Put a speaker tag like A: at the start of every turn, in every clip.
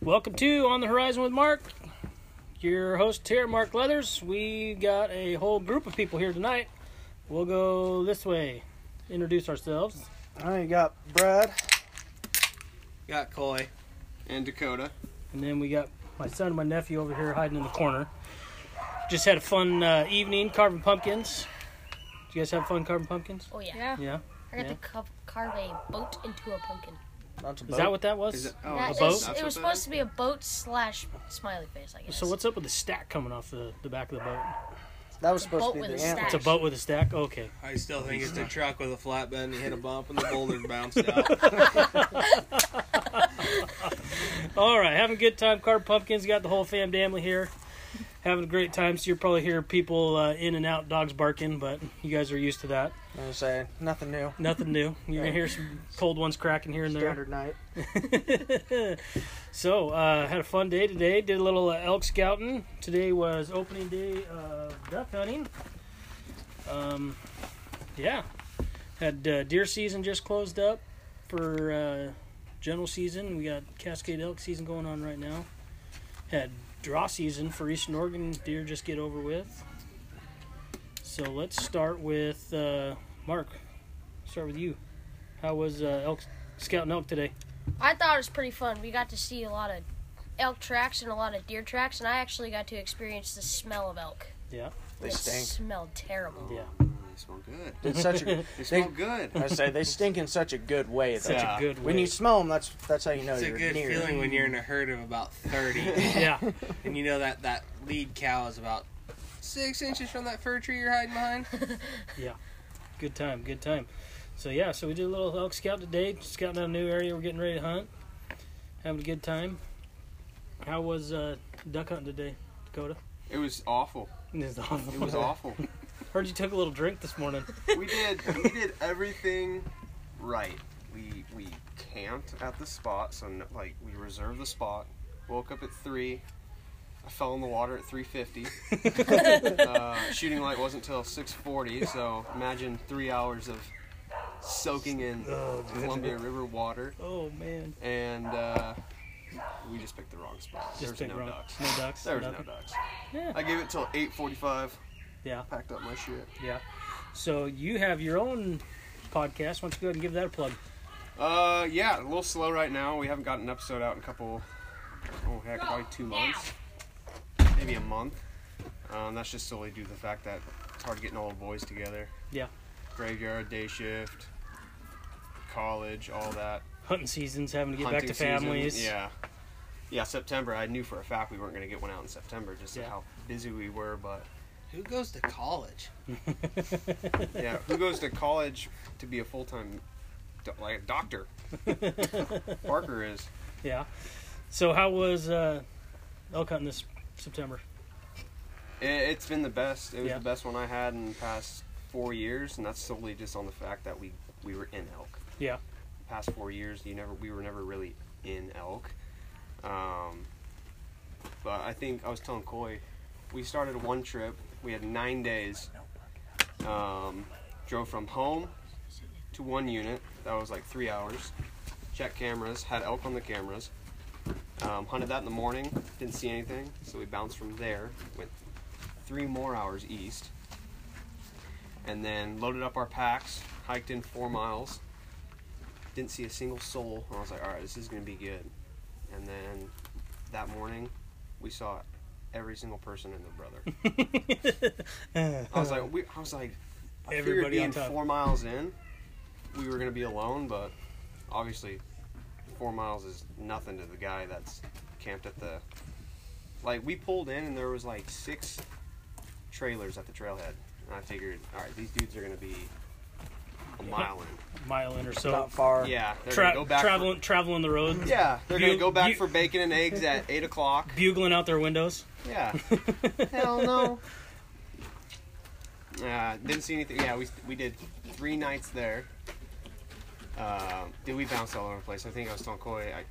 A: Welcome to On the Horizon with Mark. Your host here, Mark Leathers. We got a whole group of people here tonight. We'll go this way. Introduce ourselves.
B: I got Brad.
C: Got Coy and Dakota.
A: And then we got my son and my nephew over here hiding in the corner. Just had a fun uh, evening carving pumpkins. Did you guys have fun carving pumpkins?
D: Oh yeah.
E: Yeah.
A: Yeah.
D: I got
A: Yeah.
D: to cu- carve a boat into a pumpkin.
B: That's a
A: Is that what that was?
C: Is it, oh,
D: That
C: that's-
A: a boat?
D: is-
C: that's
D: It was
C: what that
D: supposed to be a boat slash smiley face, I guess.
A: so what's up with the stack coming off the, the back of the boat?
B: That was supposed
D: boat
B: to be
D: with
B: the
D: a
A: It's
B: antlers.
A: a boat with a stack? Okay.
C: is? I still think it's a truck with a flatbed and you hit a bump and the boulder bounced out.
A: All right, having a good time. Carved pumpkins. Got the whole fam family here, having a great time. So you'll probably hear people uh, in and out, dogs barking, but you guys are used to that.
B: I'm gonna say nothing new.
A: Nothing new. You're gonna hear some cold ones cracking here and there.
B: Standard night.
A: so uh, had a fun day today. Did a little uh, elk scouting. Today was opening day of duck hunting. Um, yeah, had uh, deer season just closed up for uh, general season. We got Cascade elk season going on right now. Had draw season for Eastern Oregon deer just get over with. So let's start with uh, Mark. Start with you. How was uh, elk scouting elk today?
D: I thought it was pretty fun. We got to see a lot of elk tracks and a lot of deer tracks, and I actually got to experience the smell of elk.
B: They
D: it
B: stink.
D: smelled terrible.
A: Yeah.
C: They smell good.
B: Did such a.
C: They smell good.
B: I say they stink in such a good way. Though.
C: Such a
A: A good way.
B: when you smell them, that's that's how you know
C: It's a
B: you're
C: good
B: near.
C: feeling when you're in a herd of about 30
A: yeah,
C: and you know that that lead cow is about six inches from that fir tree you're hiding behind.
A: good time, good time. So yeah, so we did a little elk scout today, scouting out a new area. We're getting ready to hunt, having a good time. How was uh, duck hunting today, Dakota?
F: It was awful.
A: It was awful.
F: It was awful.
A: Heard you took a little drink this morning.
F: we did we did everything right. We we camped at the spot, so no, like we reserved the spot. Woke up at three. I fell in the water at 3:50. uh, shooting light wasn't till 6:40, so imagine three hours of soaking in
A: Oh,
F: Columbia River water,
A: Oh man,
F: and uh, we just picked the wrong spot.
A: just
F: there
A: big
F: was no
A: wrong.
F: ducks.
A: No ducks.
F: There was
A: nothing.
F: no ducks.
A: Yeah.
F: I gave it till 8:45.
A: Yeah.
F: Packed up my shit.
A: So you have your own podcast. Why don't you go ahead and give that a plug?
F: Uh, yeah, a little slow right now. We haven't gotten an episode out in a couple, oh heck, probably two months, maybe a month. Um, that's just solely due to the fact that it's hard getting all the boys together.
A: Yeah.
F: Graveyard, day shift, college, all that.
A: Hunting seasons, having to get back
F: hunting
A: to
F: season.
A: families.
F: Yeah. Yeah, September. I knew for a fact we weren't going to get one out in September, just
A: Yeah.
F: how busy we were. But
C: Who goes to college?
F: yeah, who goes to college to be a full time, like a doctor? Parker is.
A: Yeah. So how was uh, elk hunting this September?
F: It, it's been the best. It was
A: Yeah.
F: the best one I had in the past four years, and that's solely just on the fact that we we were in elk.
A: Yeah.
F: past four years, you never we were never really in elk. Um, but I think I was telling Coy, we started one trip. We had nine days. Um, drove from home to one unit. That was like three hours. Checked cameras. Had elk on the cameras. Um, hunted that in the morning. Didn't see anything, so we bounced from there. Went three more hours east. And then loaded up our packs, hiked in four miles, didn't see a single soul. And I was like, all right, this is going to be good. And then that morning, we saw every single person and their brother. I was like, we, I was like, I figured
A: Everybody on
F: being
A: top.
F: four miles in, we were going to be alone, but obviously, four miles is nothing to the guy that's camped at the. Like we pulled in and there was like six trailers at the trailhead, and I figured, all right, these dudes are going to be a mile in.
A: Mile in or so.
B: Not far.
F: Yeah, they're
A: Tra-
F: gonna go back for-
A: traveling, traveling the roads.
F: yeah, they're
A: You-
F: gonna go back
A: you-
F: for bacon and eggs at eight o'clock.
A: Bugling out their windows.
F: Yeah. Hell no. Uh, didn't see anything. Yeah, we we did three nights there. Uh, did we bounce all over the place? I think I was telling Coy, I,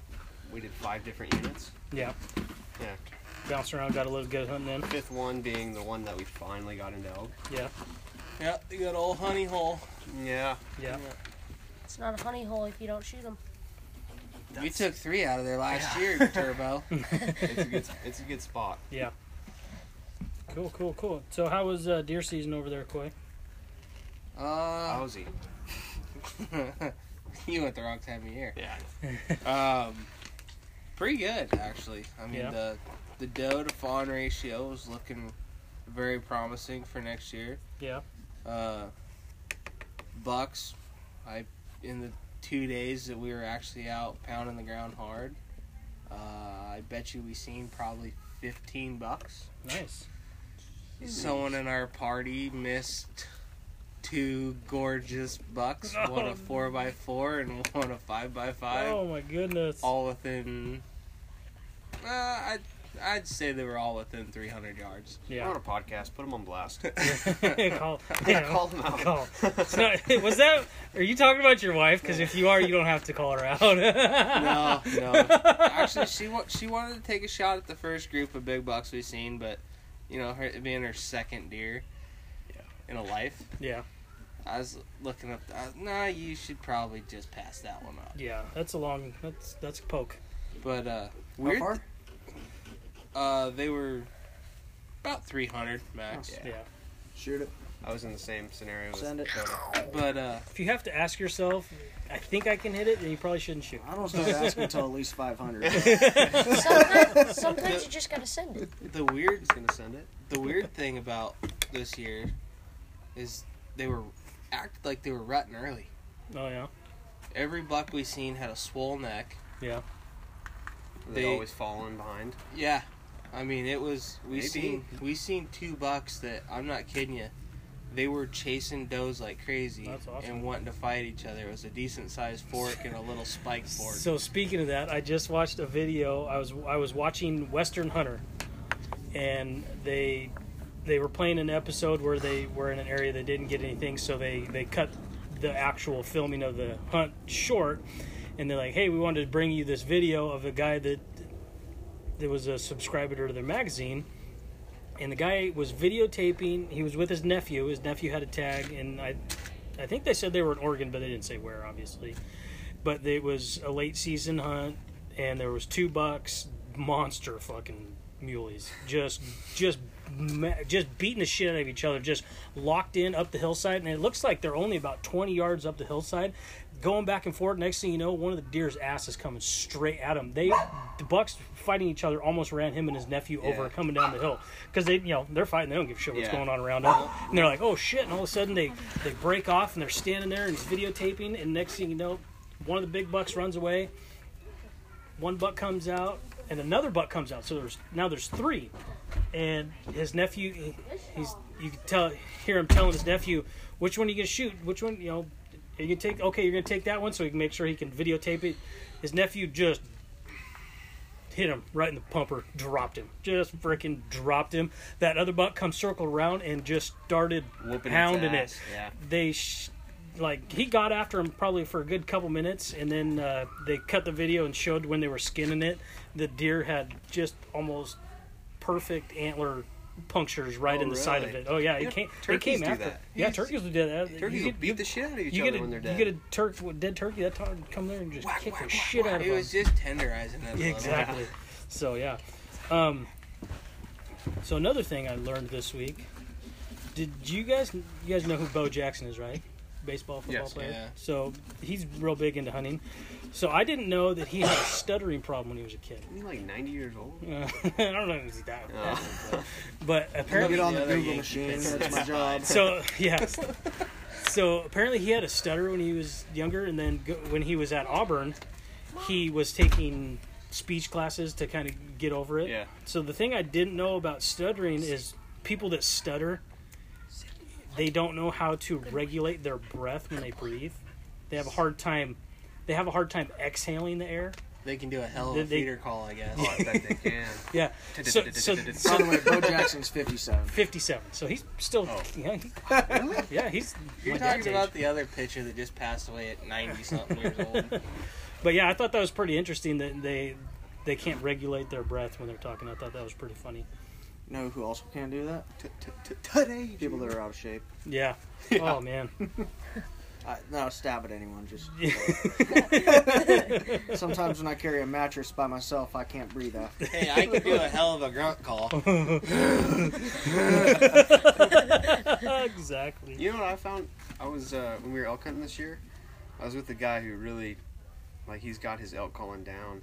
F: we did five different units.
A: Yeah,
F: Yeah.
A: bouncing around, got a little good hunting in.
F: Fifth one being the one that we finally got into elk.
A: Yeah,
C: Yeah, you got old honey hole.
F: Yeah.
A: yeah.
D: It's not a honey hole if you don't shoot them.
C: You took three out of there last year, Turbo.
F: It's a good, it's a good spot.
A: Cool, cool, cool. So how was uh, deer season over there, Coy?
C: Uh,
F: Lousy.
C: you went the wrong time of year.
F: Yeah.
C: Um, pretty good actually. I mean
A: Yeah.
C: the the doe to fawn ratio is looking very promising for next year.
A: Yeah.
C: Uh, bucks, I in the two days that we were actually out pounding the ground hard, uh, I bet you we seen probably fifteen bucks.
A: Nice.
C: Someone in our party missed two gorgeous bucks,
A: No.
C: one a four by four and one a five by five
A: Oh my goodness.
C: all within. Uh, I'd I'd say they were all within 300 yards.
F: We're
A: yeah.
F: on a podcast. Put them on blast.
A: call. Yeah.
F: Call them out.
A: Call. So, was that? Are you talking about your wife? Because if you are, you don't have to call her out.
C: No, no. Actually, she wa- she wanted to take a shot at the first group of big bucks we've seen, but you know, her it being her second deer.
F: Yeah.
C: In a life,
A: Yeah,
C: I was looking up. I was, nah, you should probably just pass that one up.
A: yeah. That's a long. That's that's a poke.
C: But uh,
B: How
C: weird.
B: far?
C: Uh, they were about 300 max.
A: Yeah.
F: Yeah.
B: Shoot it.
F: I was in the same scenario. As
B: Send it.
F: Dakota.
C: But uh,
A: If you have to ask yourself, I think I can hit it, then you probably shouldn't shoot.
E: I don't start asking until at least 500.
D: Sometimes, sometimes you just gotta send it.
C: the weird
F: He's gonna send it.
C: the weird thing about this year is they were acted like they were rutting early.
A: Oh yeah.
C: Every buck we seen had a swole neck.
F: They
C: They-
F: always falling behind.
C: Yeah, I mean it was we
F: Maybe.
C: seen we seen two bucks that I'm not kidding you. They were chasing does like crazy
A: That's awesome.
C: and wanting to fight each other. It was a decent sized fork and a little spike board.
A: So speaking of that, I just watched a video. I was I was watching Western Hunter, and they they were playing an episode where they were in an area they didn't get anything, so they they cut the actual filming of the hunt short, and they're like, hey, we wanted to bring you this video of a guy that that was a subscriber to their magazine. And the guy was videotaping. He was with his nephew. His nephew had a tag, and I, I think they said they were in Oregon, but they didn't say where, obviously but it was a late season hunt and there was two bucks monster fucking muleys just just ma- just beating the shit out of each other just locked in up the hillside and it looks like they're only about 20 yards up the hillside going back and forth next thing you know one of the deer's ass is coming straight at him they the bucks fighting each other almost ran him and his nephew over
F: Yeah.
A: coming down the hill because they you know they're fighting they don't give a shit what's
F: Yeah.
A: going on around them and they're like oh shit and all of a sudden they they break off and they're standing there and he's videotaping and next thing you know one of the big bucks runs away one buck comes out and another buck comes out so there's now there's three and his nephew he- he's you can tell hear him telling his nephew which one are you gonna shoot which one you know you can take okay you're gonna take that one so he can make sure he can videotape it his nephew just hit him right in the pumper dropped him just freaking dropped him that other buck comes circled around and just started
F: Whooping
A: pounding
F: its
A: it
F: ass. Yeah.
A: they sh- like he got after him probably for a good couple minutes and then uh, they cut the video and showed when they were skinning it the deer had just almost perfect antler punctures right
F: Oh,
A: in the side of
F: really?
A: it oh yeah
F: Yeah,
A: it came it
F: turkeys
A: came
F: do
A: after
F: that.
A: yeah
F: Yes.
A: turkeys would do that
F: Turkeys
A: you
F: will
A: get,
F: beat the shit out of each
A: you
F: other
A: get a,
F: when they're
A: you
F: dead.
A: get a turk dead turkey that time come there and just kick the shit out of
C: It
A: him
C: was just tenderizing it a little.
A: exactly so yeah um so another thing i learned this week did you guys you guys know who bo jackson is right baseball football
F: Yes.
A: player
C: Yeah.
A: so he's real big into hunting so i didn't know that he had a stuttering problem when he was a kid
F: Isn't he like 90 years old?
A: uh, i don't know if he's that
F: Oh.
A: but
B: Get
A: apparently
B: on the
C: other
B: Google
C: Yankee
B: machine.
C: pitcher.
B: That's my job.
A: so yeah so apparently he had a stutter when he was younger and then go, when he was at auburn he was taking speech classes to kind of get over it
F: Yeah.
A: So the thing I didn't know about stuttering is people that stutter, they don't know how to regulate their breath when they breathe. They have a hard time. They have a hard time exhaling the air.
C: They can do a hell of a
A: They-
C: feeder call, I guess.
F: Oh, I bet they can.
A: Yeah. So, so,
B: By the
A: so
B: way, Bo Jackson's 57.
A: 57. So he's still.
F: Oh.
A: Yeah, he, yeah, he's.
C: You're
A: my dad's
C: talking about
A: age.
C: the other pitcher that just passed away at 90 something years old.
A: But yeah, I thought that was pretty interesting that they they can't regulate their breath when they're talking. I thought that was pretty funny.
B: You know who also can't do that?
F: Today.
B: People that are out of shape.
A: Yeah. Oh man.
E: I, no, stab at anyone. Just sometimes when I carry a mattress by myself, I can't breathe. After.
C: Hey, I can do a hell of a grunt call.
A: exactly.
F: You know what I found? I was uh, when we were elk hunting this year. I was with a guy who really, like, he's got his elk calling down,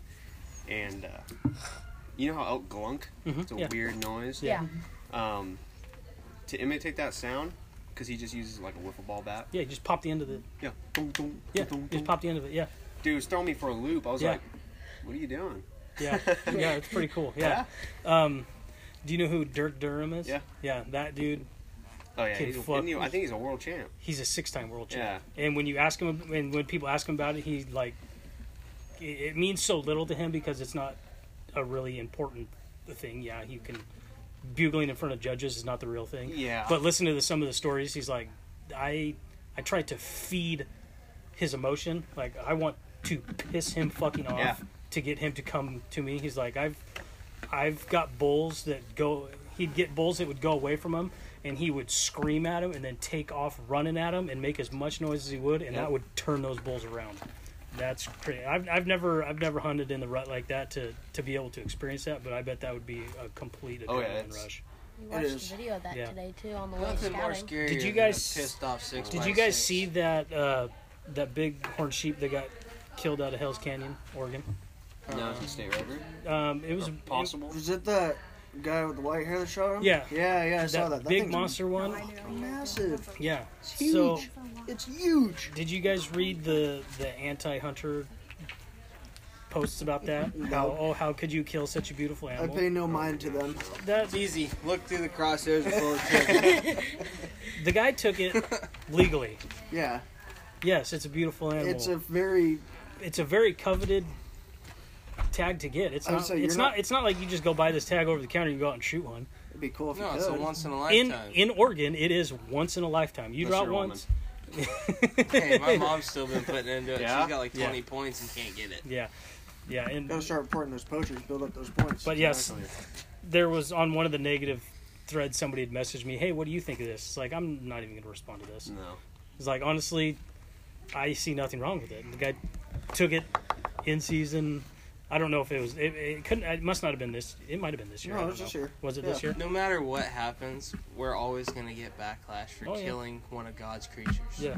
F: and uh, you know how elk glunk?
A: Mhm,
F: It's a
A: yeah.
F: weird noise.
A: Yeah.
F: Um, to imitate that sound, because he just uses like a wiffle ball bat.
A: Yeah, just pop the end of the
F: Yeah. Dun, dun,
A: yeah,
F: dun, dun,
A: just pop the end of it. Yeah,
F: Dude, it was throwing me for a loop. I was
A: Yeah.
F: like, "What are you doing?"
A: yeah, yeah. It's pretty cool. Yeah. Um, do you know who Dirk Durham is?
F: Yeah.
A: Yeah, that dude.
F: Oh yeah,
A: Kid
F: he's,
A: fuck.
F: and, you know, I think he's a world champ.
A: He's a six-time world champ. And when you ask him, and when people ask him about it, he like, it, it means so little to him because it's not a really important thing. Yeah, you can bugling in front of judges is not the real thing.
F: Yeah.
A: But listen to the, some of the stories. He's like, I, I tried to feed his emotion. Like I want to piss him fucking off
F: Yeah.
A: to get him to come to me. He's like, I've, I've got bulls that go. He'd get bulls that would go away from him, and he would scream at him, and then take off running at him, and make as much noise as he would, and
F: Yeah.
A: that would turn those bulls around. That's crazy. I've, I've never I've never hunted in the rut like that to, to be able to experience that, but I bet that would be a complete adrenaline
F: Oh, yeah, it's-
A: rush.
D: You
E: It
D: watched
E: is.
D: a video of that
A: Yeah.
D: today too on the way
C: Nothing more
D: scouting.
C: scary.
A: Did you
C: than a
A: guys-
C: pissed off six?
A: Did
C: by
A: you guys
C: six.
A: see that uh, that big horn sheep that got killed out of Hell's Canyon, Oregon?
C: Uh,
F: no, it's a state record.
A: Um, it was
F: Possible.
E: Was it the guy with the white hair that shot him?
A: Yeah.
E: Yeah, yeah. I
A: it-
E: saw
A: that,
E: that. that
A: big
E: thing's
A: monster one.
E: Massive.
A: Yeah.
E: It's huge.
A: So
E: it's huge.
A: did you guys read the the anti-hunter posts about that?
E: No.
A: How- oh, how could you kill such a beautiful
E: I
A: animal?
E: pay no mind to them.
A: That's
C: It's easy. Look through the crosshairs before the
A: the guy took it legally.
E: Yeah,
A: Yes, it's a beautiful animal.
E: it's a very
A: it's a very coveted tag to get. It's
E: I would
A: not.
E: say you're
A: It's not,
E: not-
A: It's not like you just go buy this tag over the counter. You go out and shoot one.
E: it'd be cool if
C: No,
E: you
C: it's a
E: could.
C: once in a
A: In
C: lifetime.
A: in Oregon, it is once in a lifetime. You draw
F: Unless you're a woman.
A: once.
C: hey, my mom's still been putting into it.
F: Yeah?
C: She's got like
A: Yeah.
C: 20 points and can't get it.
A: Yeah, yeah. And
E: Gotta start reporting those poachers. Build up those points.
A: But yes, there was on one of the negative threads somebody had messaged me, "Hey, what do you think of this?" It's like I'm not even going to respond to this.
F: No.
A: It's like honestly, I see nothing wrong with it. The guy took it in season. I don't know if it was. It, it couldn't. It must not have been this. It might have been this year.
E: No,
A: I
E: it
A: don't
E: was this
A: know.
E: year.
A: Was it
E: Yeah.
A: this year?
C: No matter what happens, we're always going to get backlash for
A: Oh, yeah.
C: killing one of God's creatures.
A: Yeah.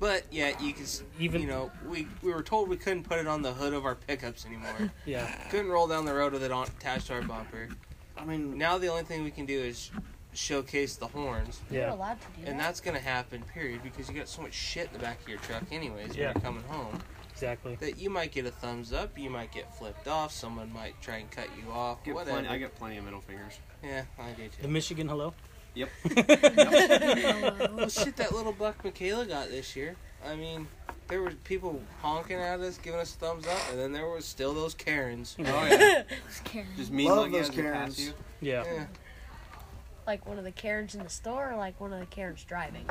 C: But yet, you can, s-
A: Even-
C: you know, we, we were told we couldn't put it on the hood of our pickups anymore.
A: Yeah.
C: couldn't roll down the road with it on, attached to our bumper.
E: I mean,
C: Now the only thing we can do is showcase the horns.
D: You're
A: Yeah.
D: allowed to do
C: And
D: that.
C: that's gonna happen, period, because you got so much shit in the back of your truck, anyways,
A: Yeah.
C: when you're coming home.
A: Exactly.
C: That you might get a thumbs up, you might get flipped off, someone might try and cut you off,
F: Get
C: whatever.
F: plenty, I get plenty of middle fingers.
C: Yeah, I do
A: The
C: too.
A: Michigan hello.
F: Yep.
C: well, shit, that little buck Michaela got this year. I mean, there were people honking at us, giving us thumbs up, and then there was still those Karens.
F: Oh yeah.
D: Karen.
F: Just mean
E: Love
F: like
E: those
F: as they pass
E: Karens.
F: you.
A: Yeah.
C: Yeah.
D: like one of the Karens in the store, or like one of the Karens driving.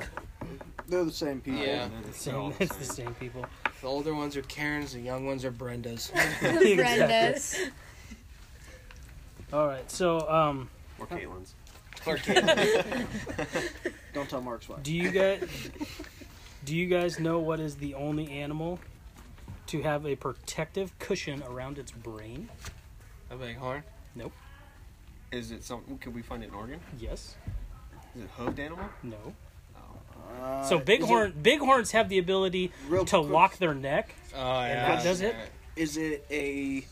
E: they're the same people.
C: Yeah.
F: They're all
A: Same,
F: the
A: it's the
F: same.
A: same people.
C: The older ones are Karens, the young ones are Brendas.
A: Exactly.
D: Brenda's.
A: All right. So, um,
F: Or Caitlin's.
C: or Caitlin.
E: Don't tell Mark's wife.
A: Do you guys do you guys know what is the only animal to have a protective cushion around its brain?
C: A big horn.
F: Is it something? Could we find it in Oregon?
A: Yes.
F: Is it hooved animal?
A: No.
E: Uh,
A: So
E: is it-
A: bighorn bighorns have the ability
E: Real
A: to
E: quick-
A: lock their neck.
C: Oh,
A: yeah. that does it?
E: Is it a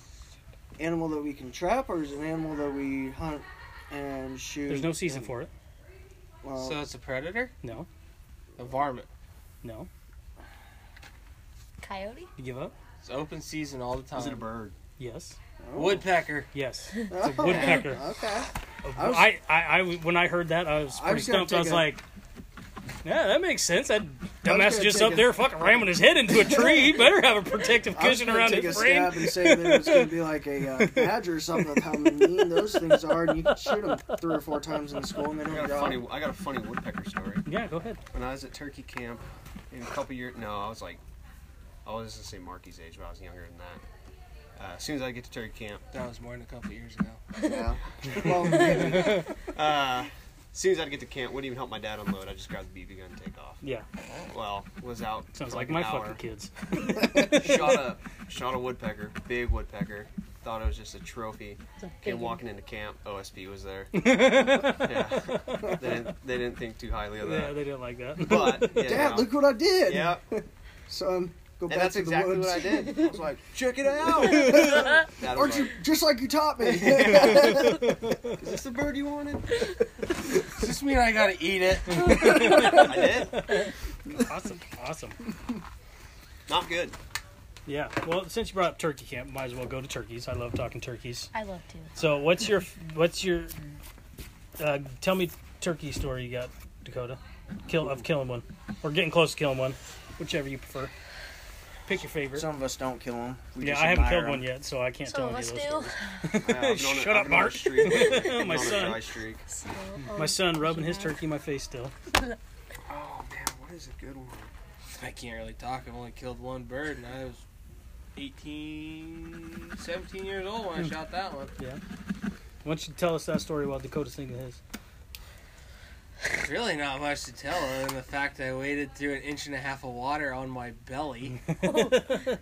E: animal that we can trap, or is it an animal that we hunt and shoot?
A: There's no season for it.
F: Um,
E: Well,
C: So it's a predator?
A: No.
C: A varmint.
A: No.
D: Coyote?
A: You give up?
C: It's open season all the time.
F: Is it a bird?
A: Yes.
E: oh.
C: Woodpecker.
A: Yes.
E: Oh,
A: woodpecker.
E: Okay. I was-
A: I, I, I was- when I heard that I was
E: I
A: pretty
E: was gonna
A: stumped. I
E: take
A: was
E: a-
A: like yeah, that makes sense. That dumbass
E: gonna
A: just
E: take
A: up
E: a-
A: there fucking ramming his head into a tree. He better have a protective
E: I was
A: cushion
E: gonna
A: around
E: take
A: his
E: a
A: brain.
E: stab and say that it's gonna be like a uh, badger or something. with How mean those things are, and you can shoot them three or four times in school, and they
F: I
E: don't
F: got a
E: drop.
F: funny. I got a funny woodpecker story.
A: Yeah, go ahead.
F: When I was at Turkey Camp, in a couple years. No, I was like, I was gonna say Marky's age, but I was younger than that. Uh, as soon as I get to Turkey Camp,
C: That was more than a couple years ago.
E: Yeah. Well,
F: uh, As soon as I'd get to camp, wouldn't even help my dad unload. I just grabbed the BB gun and take off.
A: Yeah,
F: Well, was out.
A: sounds
F: for
A: like
F: an
A: my
F: hour.
A: fucking kids.
F: shot a shot a woodpecker, big woodpecker. Thought it was just a trophy. Came walking into camp, OSP was there. yeah, they didn't, they didn't think too highly of
A: Yeah,
F: that.
A: they didn't like that.
F: But yeah,
E: Dad,
F: no.
E: look what I did.
F: yeah,
E: Son, go
F: and
E: back
F: that's
E: to the
F: exactly
E: woods.
F: what I did. I was like, check it out. Dad was
E: Aren't you
F: like,
E: just like you taught me?
F: Is this the bird you wanted?
C: Does this mean I gotta eat it?
F: I did.
A: awesome, awesome.
F: Not good.
A: Yeah. Well, since you brought up turkey camp, might as well go to turkeys. I love talking turkeys.
D: I love to.
A: So, what's your what's your uh, tell me turkey story you got, Dakota? Kill of killing one or getting close to killing one, whichever you prefer. Pick your favorite.
B: Some of us don't kill them. We
A: yeah,
B: just
A: I haven't
B: admire
A: killed
B: 'em.
A: one yet, so I can't
D: Some
A: tell
D: of
A: any of
D: us
A: those.
D: do.
A: stories.
F: Yeah, I've been on a-
A: Shut
F: I've been
A: up,
F: on
A: Mark.
F: A streak. I've been
A: My
F: on a
A: son.
F: dry streak.
D: So,
A: My
D: um,
A: son rubbing his
D: yeah.
A: turkey in my face still.
F: Oh man, what is a good one?
C: I can't really talk. I've only killed one bird, and I was 18, 17 years old when I
F: Hmm.
C: shot that one.
A: Why don't you tell us that story while Dakota's thinking his?
C: There's really not much to tell other than the fact I waded through an inch and a half of water on my belly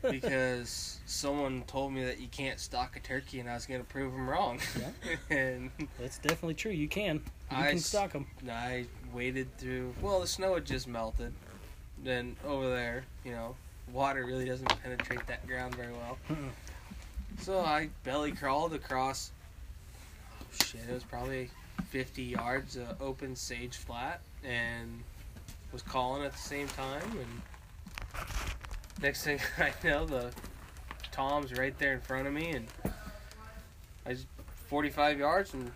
C: because someone told me that you can't stalk a turkey, and I was going to prove them wrong. and
A: That's definitely true. You can. You
C: I
A: can
C: s-
A: stock them.
C: I waded through. Well, the snow had just melted. Then over there, you know, water really doesn't penetrate that ground very well.
A: Mm-mm.
C: So I belly crawled across. Oh shit! It was probably 50 yards of open sage flat, and was calling at the same time. And next thing I know, the tom's right there in front of me, and I just 45 yards and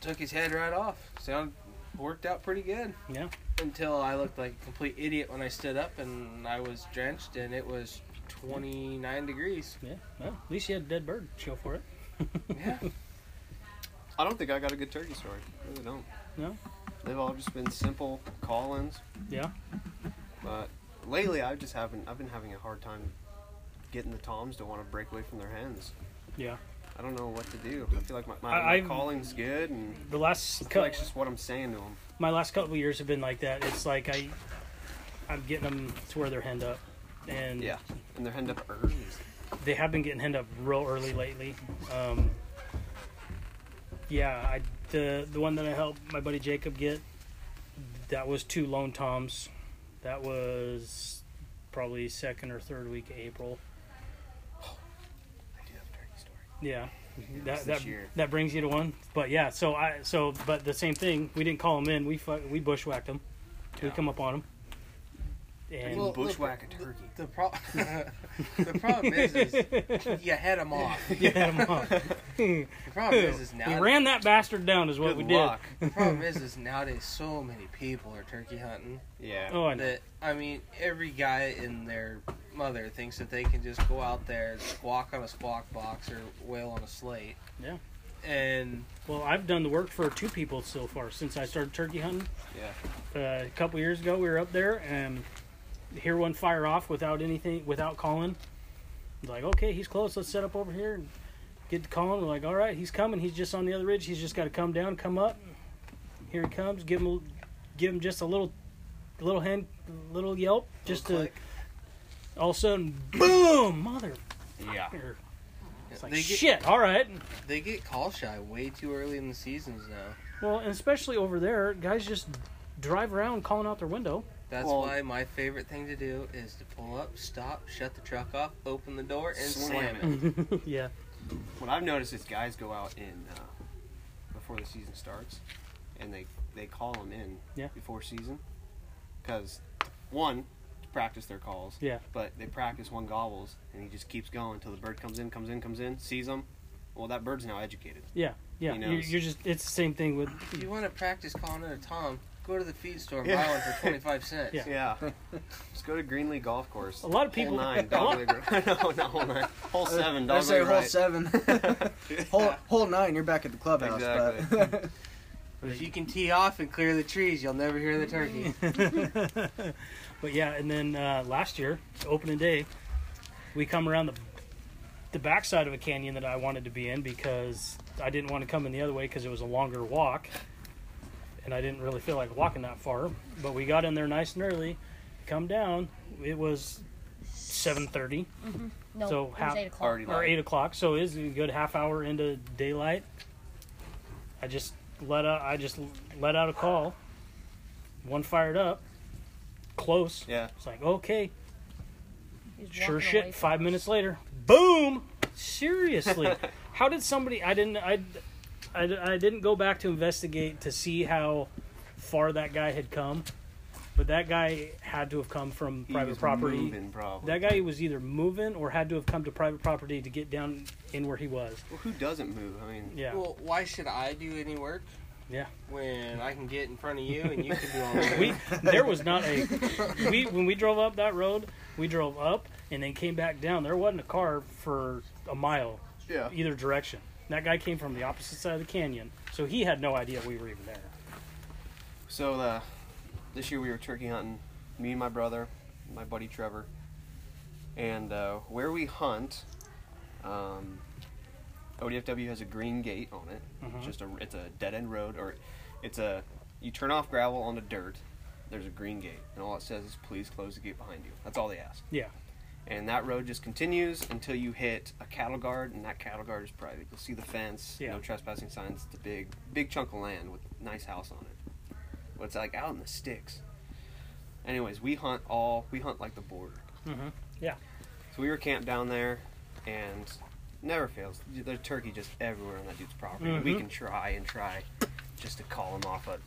C: took his head right off. Sound worked out pretty good.
A: Yeah.
C: Until I looked like a complete idiot when I stood up and I was drenched and it was 29 degrees.
A: Yeah. Well, at least you had a dead bird. to Show for it.
C: Yeah.
F: I don't think I got a good turkey story. I really don't.
A: No?
F: They've all just been simple call-ins.
A: Yeah.
F: But lately, I just haven't. I've been having a hard time getting the toms to want to break away from their hens.
A: Yeah.
F: I don't know what to do. I feel like my,
A: I-
F: my, my
A: I've-
F: calling's good, and
A: The last
F: I feel
A: cut.
F: like it's just what I'm saying to them.
A: my last couple of years have been like that. It's like I, I'm getting them to where they're hen up, and
F: Yeah, and they're hen up early.
A: they have been getting hen up real early lately. Um, yeah, I the the one that I helped my buddy Jacob get, that was two lone toms, that was probably second or third week of April.
F: I do have a turkey story.
A: Yeah, that
F: this
A: that,
F: year.
A: that brings you to one. But yeah, so I so but the same thing. We didn't call them in. We fu- we bushwhacked them. We
F: Yeah.
A: come up on them. And
C: Well,
F: bushwhack
C: look,
F: a turkey.
C: The, pro- the problem is, is you head them off.
A: Yeah, them off.
C: The problem is, is
A: we
C: now.
A: ran that bastard down, is what
F: Good
A: we
F: luck.
C: the problem is, is nowadays so many people are turkey hunting
F: Yeah.
A: did. Oh, I know.
C: that I mean every guy and their mother thinks that they can just go out there and squawk on a squawk box or wail on a slate.
A: Yeah.
C: And
A: Well, I've done the work for two people so far since I started turkey hunting.
F: Yeah.
A: Uh, a couple years ago, we were up there and hear one fire off without anything, without calling. Like, okay, he's close. Let's set up over here and get to calling. We're like, all right, he's coming. He's just on the other ridge. He's just got to come down, come up. Here he comes. Give him, a- give him just a little, little hand, little yelp, just to.
C: click.
A: All of a sudden, boom, motherfucker.
F: Yeah.
A: It's like
C: they get
A: shit. All right.
C: they get call shy way too early in the seasons now.
A: Well, and especially over there, guys just drive around calling out their window.
C: That's
F: Well-
C: why my favorite thing to do is to pull up, stop, shut the truck off, open the door, and slam
F: Slam
C: it.
F: it.
A: yeah.
F: What I've noticed is guys go out in uh, before the season starts, and they they call them in
A: Yeah.
F: before season, because one to practice their calls.
A: Yeah.
F: But they practice one gobbles, and he just keeps going until the bird comes in, comes in, comes in, sees him. Well, that bird's now educated.
A: Yeah.
F: He
A: You're,
F: knows.
A: you're just it's the same thing with
C: If you want to practice calling in a tom, go to the feed store and
F: Yeah.
C: buy one for twenty five cents.
A: Yeah.
F: Yeah. just go to Greenlee Golf Course.
A: a lot of people.
F: Hole nine,
A: a, lot,
F: dog leg. no, not hole nine. Hole seven,
E: I
F: dog
E: say
F: leg
E: hole
F: right.
E: seven, hole hole nine. You're back at the clubhouse. But
C: But if you can tee off and clear the trees, you'll never hear the turkey.
A: but yeah, and then uh, last year, opening day, we come around the the backside of a canyon that I wanted to be in because I didn't want to come in the other way because it was a longer walk. and I didn't really feel like walking that far. But we got in there nice and early. Come down. It was seven thirty
D: No,
A: So
D: it was
A: half-
D: eight o'clock.
F: Already
A: or
F: light.
A: eight o'clock, so it is a good half hour into daylight. I just let out. I just let out a call. One fired up, close.
F: Yeah.
A: It's like okay,
D: He was
A: sure
D: walking away
A: shit.
D: from
A: Five
D: us.
A: minutes later, boom. Seriously, how did somebody? I didn't. I, I, I didn't go back to investigate to see how far that guy had come, but that guy had to have come from
F: He
A: private
F: was
A: property.
F: Moving, probably.
A: That guy was either moving or had to have come to private property to get down in where he was.
F: Well, who doesn't move? I mean,
A: Yeah.
C: Well, why should I do any work?
A: Yeah.
C: When I can get in front of you and you can do all the
A: we there was not a we when we drove up that road, we drove up and then came back down. There wasn't a car for a mile
F: yeah.
A: either direction. That guy came from the opposite side of the canyon, so he had no idea we were even there.
F: So uh, this year we were turkey hunting, me and my brother, my buddy Trevor, and uh, where we hunt, um, ODFW has a green gate on it.
A: Mhm.
F: It's just a it's a dead end road, or it's a you turn off gravel onto dirt. There's a green gate, and all it says is please close the gate behind you. That's all they ask.
A: Yeah.
F: And that road just continues until you hit a cattle guard, and that cattle guard is private. You'll see the fence,
A: Yeah.
F: no trespassing signs. It's a big, big chunk of land with a nice house on it. But it's like out in the sticks. Anyways, we hunt all, we hunt like the border.
A: Mhm. Yeah.
F: So we were camped down there, and never fails. There's turkey just everywhere on that dude's property. We
A: Mhm.
F: can try and try just to call him off, but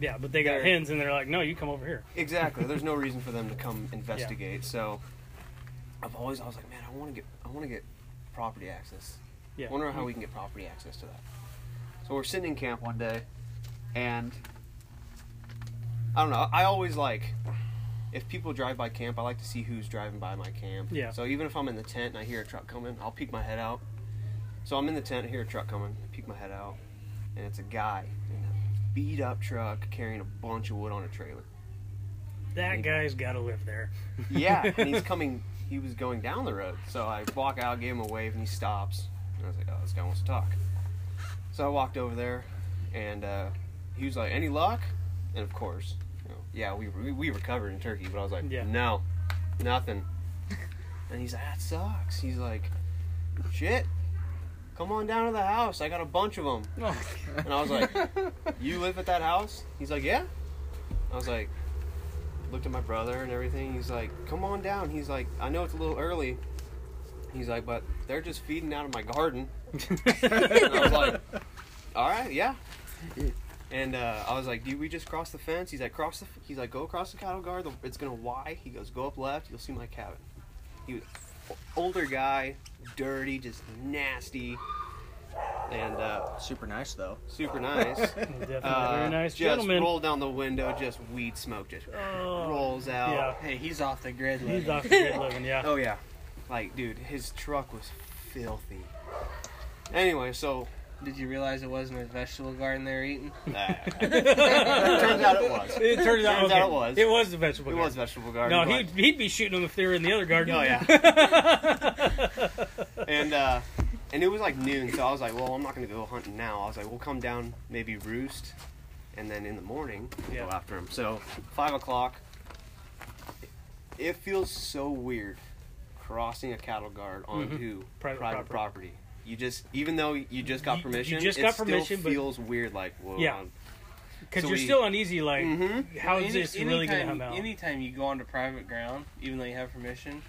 A: Yeah, but they got
F: There.
A: hens and they're like, "No, you come over here."
F: Exactly. There's no reason for them to come investigate. So I've always I was like, man, I want to get I want to get property access.
A: Yeah.
F: Wonder how we can get property access to that. So we're sitting in camp one day, and I don't know. I always like if people drive by camp, I like to see who's driving by my camp.
A: Yeah.
F: So even if I'm in the tent and I hear a truck coming, I'll peek my head out. So I'm in the tent, I hear a truck coming, I peek my head out, and it's a guy in a beat up truck carrying a bunch of wood on a trailer.
A: That guy's got to live there.
F: Yeah, and he's coming. He was going down the road, so I walk out, give him a wave, and he stops. And I was like, "Oh, this guy wants to talk." So I walked over there, and uh, he was like, "Any luck?" And of course, you know, yeah, we, we we were covered in turkey, but I was like,
A: Yeah.
F: "No, nothing." And he's like, "That sucks." He's like, "Shit, come on down to the house. I got a bunch of them." And I was like, "You live at that house?" He's like, "Yeah." I was like, looked at my brother and everything. He's like, "Come on down." He's like, "I know it's a little early." He's like, "But they're just feeding out of my garden." and I was like, "All right, yeah." And uh, I was like, "Do we just cross the fence?" He's like, "Cross the." f-" He's like, "Go across the cattle guard. It's gonna Y." He goes, "Go up left. You'll see my cabin." He was older guy, dirty, just nasty, and uh,
B: Super nice though.
F: super nice.
A: Definitely
F: Uh,
A: very nice
F: just
A: gentleman.
F: roll down the window, just weed smoke, just
A: Oh,
F: rolls out.
A: yeah.
C: Hey, he's off the grid.
A: He's
C: living.
A: off the grid living, yeah.
F: Oh yeah, like dude, his truck was filthy. Anyway, so
C: Did you realize it wasn't a vegetable garden they're eating?
F: uh, turns out it was.
A: It turns out,
F: Turns
A: okay,
F: out it was.
A: It was the vegetable
F: It
A: garden.
F: was vegetable garden.
A: No,
F: but-
A: he'd, he'd be shooting them if they were in the other garden.
F: Oh yeah. and uh, and it was like noon, so I was like, well, I'm not gonna go hunting now. I was like, we'll come down, maybe roost, and then in the morning we'll go
A: Yeah.
F: after him. So five o'clock. It feels so weird crossing a cattle guard
A: Mm-hmm.
F: onto
A: Private
F: private,
A: property.
F: property. You just, even though you just got
A: You- you
F: permission,
A: just
F: it
A: got
F: still
A: permission, but-
F: feels weird. Like, whoa,
A: Yeah.
F: um,
A: Because
F: So
A: you're
F: we-
A: still uneasy, like,
F: mhm.
A: how
C: Well,
A: is
C: any-
A: this really going to
C: anytime-
A: come out?
C: Anytime you go onto private ground, even though you have permission,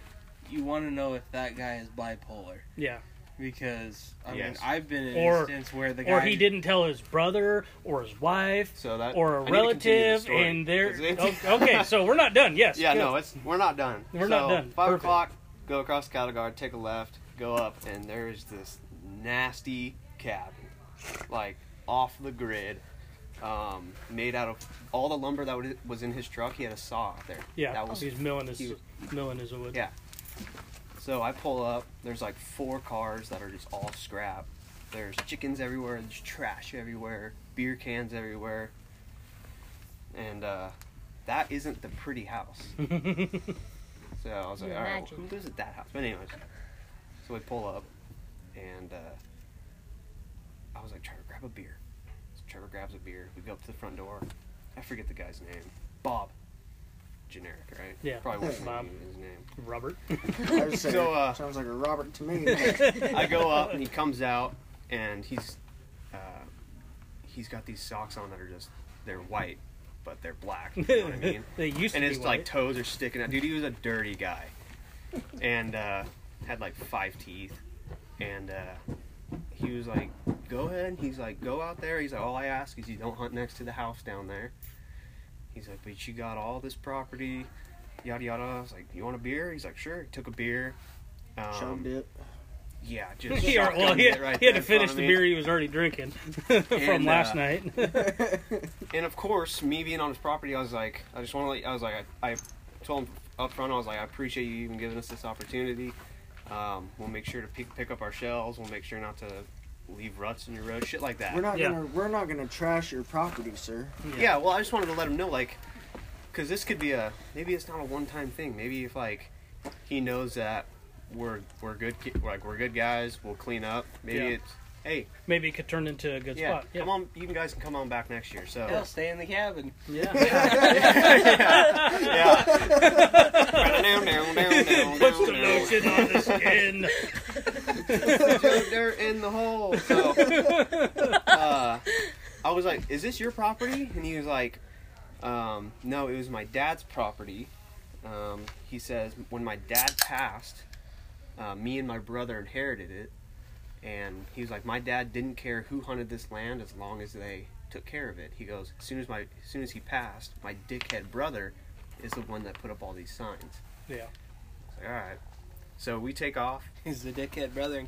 C: you want to know if that guy is bipolar.
A: yeah.
C: Because I
F: Yes.
C: mean, I've been in
A: Or-
C: instances where the guy
A: Or he didn't tell his brother or his wife
F: So that
A: or a
F: I need to continue the
A: relative,
F: story,
A: and they're
F: 'cause it's-
A: O- okay. So we're not done. Yes.
F: Yeah,
A: good.
F: no, it's we're not done.
A: We're not
F: So,
A: done.
F: Five
A: Perfect.
F: o'clock, go across Cattle Guard, take a left, go up, and there is this nasty cabin, like off the grid, um, made out of all the lumber that would- was in his truck. He had a saw out there.
A: yeah.
F: that was
A: he's milling his
F: he-
A: milling his wood.
F: Yeah. so I pull up. There's like four cars that are just all scrap. There's chickens everywhere. There's trash everywhere. Beer cans everywhere. And uh, that isn't the pretty house. so I was like,
D: You
F: all right,
D: imagine.
F: well, who lives at that house? But anyways, so we pull up, and uh, I was like, trying to grab a beer. It's Trevor grabs a beer. We go up to the front door. I forget the guy's name. Bob. Generic, right?
A: Yeah.
F: Probably wasn't
A: Bob.
F: even his name.
A: Robert.
E: I would say,
F: So, uh,
E: sounds like a Robert to me.
F: I go up and he comes out and he's uh, he's got these socks on that are just they're white, but they're black. You know what I mean?
A: they used
F: and
A: to
F: his
A: be
F: like
A: white.
F: toes are sticking out. Dude, he was a dirty guy, and uh, had like five teeth, and uh, he was like, "Go ahead." He's like, "Go out there." He's like, "All I ask is you don't hunt next to the house down there." He's like, "But you got all this property." Yada yada. I was like, "You want a beer?" He's like, "Sure." He took a beer. Um,
E: Chugged it.
F: Yeah, just
A: he, or- well,
F: shotgunned
A: he,
F: it right
A: he had to
F: there in front
A: finish
F: of
A: the
F: me.
A: beer he was already drinking from
F: And,
A: last
F: uh,
A: night.
F: and of course, me being on his property, I was like, I just want to let you, I was like, I, I told him up front, I was like, I appreciate you even giving us this opportunity. Um, we'll make sure to pick, pick up our shells. We'll make sure not to leave ruts in your road, shit like that.
E: We're not
A: Yeah.
E: gonna we're not gonna trash your property, sir.
F: yeah. well, I just wanted to let him know, like, because this could be a, maybe it's not a one time thing. Maybe if, like, he knows that we're, we're good, ki- like, we're good guys, we'll clean up. Maybe
A: Yeah.
F: it's, hey,
A: Maybe it could turn into a good
F: yeah,
A: spot. Yeah.
F: come on, you guys can come on back next year. So,
C: Hell, stay in the cabin.
A: Yeah.
F: yeah. down, down, down, down,
A: Puts the
F: down, down.
A: lotion on the skin.
F: They're in the hole. So, uh, I was like, "Is this your property?" And he was like, um, "No, it was my dad's property." Um, he says, "When my dad passed, uh, me and my brother inherited it." And he was like, "My dad didn't care who hunted this land as long as they took care of it." He goes, "As soon as my, as soon as he passed, my dickhead brother is the one that put up all these signs."
A: Yeah.
F: I was like, all right. So we take off.
C: Is the dickhead brother in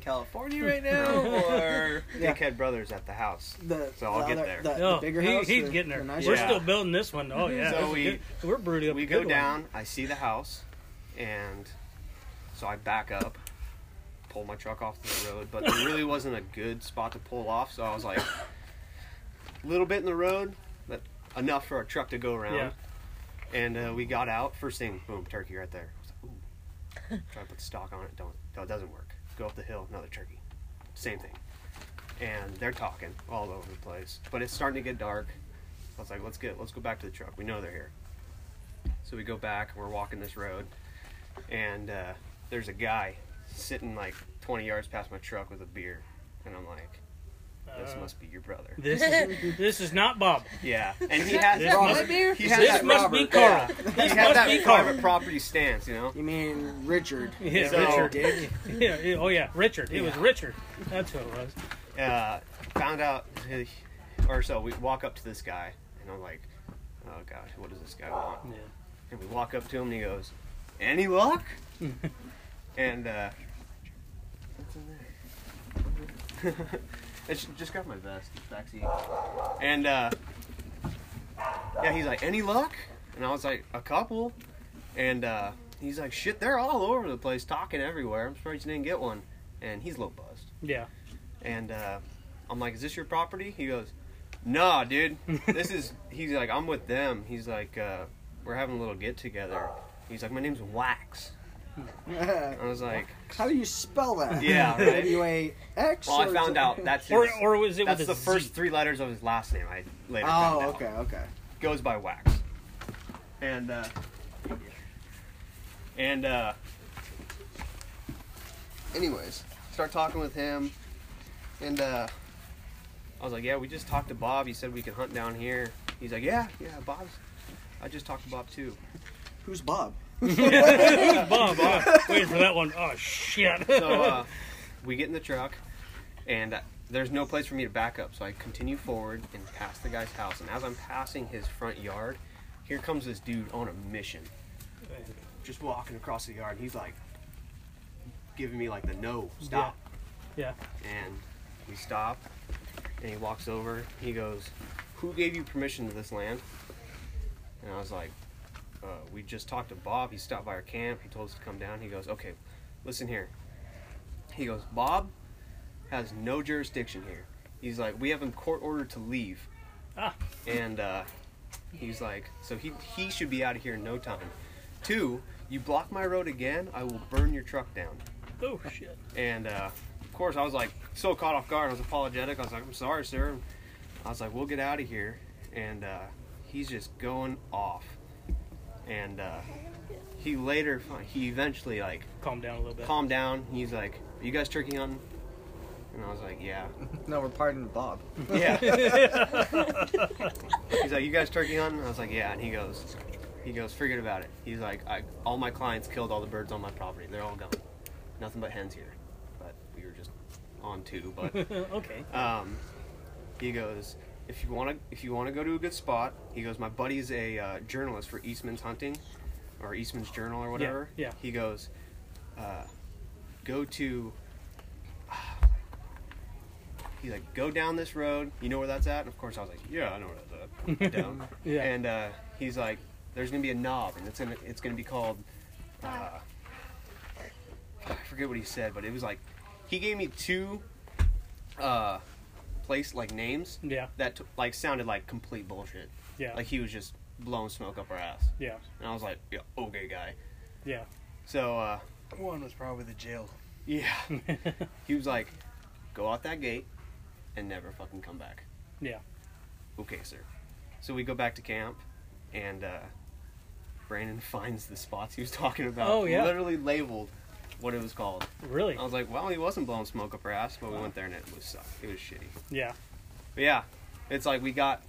C: California right now? Or
E: Yeah.
F: Dickhead brothers at the house.
E: The,
F: So I'll
E: the
F: get
E: other-
F: there.
E: The, the
A: Oh,
E: bigger
A: he-
E: house.
A: he's
E: the-
A: getting there.
E: the nicer
A: We're
F: Yeah.
A: still building this one. Oh yeah.
F: So
A: that's a
F: we-
A: good- we're brewed up. a
F: we
A: good
F: go
A: one.
F: down. I see the house, and so I back up, pull my truck off the road. But there really wasn't a good spot to pull off, so I was like, a little bit in the road, but enough for a truck to go around.
A: Yeah.
F: And uh, we got out. First thing, boom, turkey right there. I was like, ooh. Try to put the stock on it. Don't. No, it doesn't work. Go up the hill, another turkey. Same thing. And they're talking all over the place. But it's starting to get dark. I was like, let's get, let's go back to the truck. We know they're here. So we go back. We're walking this road, and uh, there's a guy sitting like 20 yards past my truck with a beer, and I'm like, this
A: Uh,
F: must be your brother.
A: This is, this is not Bob.
F: Yeah, and he had
A: This must-
F: he had
A: This
F: that,
A: must be Carl.
F: he
A: This
F: had
A: must
F: that
A: be
F: private
A: Carl.
F: property stance, you know.
E: You mean Richard?
A: Yeah,
F: So-
A: Richard. Yeah, yeah, oh yeah, Richard. It was
F: Yeah.
A: Richard. That's who it was.
F: Uh, found out, or so we walk up to this guy, and I'm like, oh god, what does this guy want?
A: Yeah.
F: And we walk up to him, and he goes, any luck? and uh, what's in there? It's- just got my vest, backseat. And uh, yeah, he's like, any luck? And I was like, a couple. And uh, he's like, shit, they're all over the place, talking everywhere. I'm surprised you didn't get one. And he's low buzzed.
A: Yeah.
F: And uh, I'm like, is this your property? He goes, nah, dude. This is, he's like, I'm with them. He's like, uh, we're having a little get together. He's like, my name's Wax. I was like,
E: How do you spell that?
F: yeah, right.
E: W A X.
F: Well, I found out that's his,
A: Or or was it
F: that's
A: with
F: the
A: a
F: first
A: Z?
F: three letters of his last name. I later
E: Oh,
F: found out.
E: okay, okay.
F: goes by Wax. And uh and uh anyways, start talking with him and uh I was like, "Yeah, we just talked to Bob. He said we can hunt down here." He's like, "Yeah, yeah, Bob's I just talked to Bob too."
E: Who's Bob?
A: Bob. Oh, waiting for that one. Oh shit.
F: So uh we get in the truck and uh, there's no place for me to back up, so I continue forward and pass the guy's house. And as I'm passing his front yard, here comes this dude on a mission. just walking across the yard. and He's like giving me like the no stop.
A: Yeah.
F: And we stop, and he walks over. He goes, "Who gave you permission to this land?" And I was like, uh, "We just talked to Bob. He stopped by our camp. He told us to come down." He goes, "Okay, listen here." He goes, "Bob has no jurisdiction here." He's like, "We have him court ordered to leave."
A: Ah.
F: And uh, he's like, "So he he should be out of here in no time." Two, you block my road again, I will burn your truck down.
A: Oh shit.
F: And uh, of course, I was like so caught off guard. I was apologetic. I was like, I'm sorry, sir. I was like, we'll get out of here. And uh, he's just going off. And uh, he later, fin- he eventually like
A: Calm down a little bit.
F: calmed down. He's like, are you guys turkey hunting? And I was like, yeah.
E: No, we're pardoning Bob.
F: Yeah. He's like, you guys turkey hunting? I was like, yeah. And he goes, he goes, forget about it. He's like, I, all my clients killed all the birds on my property. They're all gone. Nothing but hens here. But we were just on two. But
A: Uh, okay.
F: um, he goes, if you want to, if you want to go to a good spot, he goes, my buddy's a uh, journalist for Eastman's Hunting, or Eastman's Journal or whatever.
A: yeah.
F: He goes, uh, go to. He's like, go down this road. You know where that's at? And of course, I was like, yeah, I know where that's at. down.
A: Yeah.
F: And uh, he's like, there's gonna be a knob, and it's gonna it's gonna be called. Uh, I forget what he said, but it was like, he gave me two, uh, place like names
A: Yeah.
F: that t- like sounded like complete bullshit.
A: Yeah.
F: Like he was just blowing smoke up our ass,
A: yeah.
F: and I was like, yeah, okay, guy.
A: Yeah.
F: So uh,
C: One was probably the jail.
F: yeah, he was like, go out that gate, and never fucking come back.
A: Yeah.
F: Okay, sir. So we go back to camp, and uh, Brandon finds the spots he was talking about.
A: Oh, yeah.
F: Literally labeled what it was called.
A: Really?
F: I was like, well, he wasn't blowing smoke up our ass, but we went there and it was suck. It was shitty.
A: Yeah.
F: But yeah, it's like we got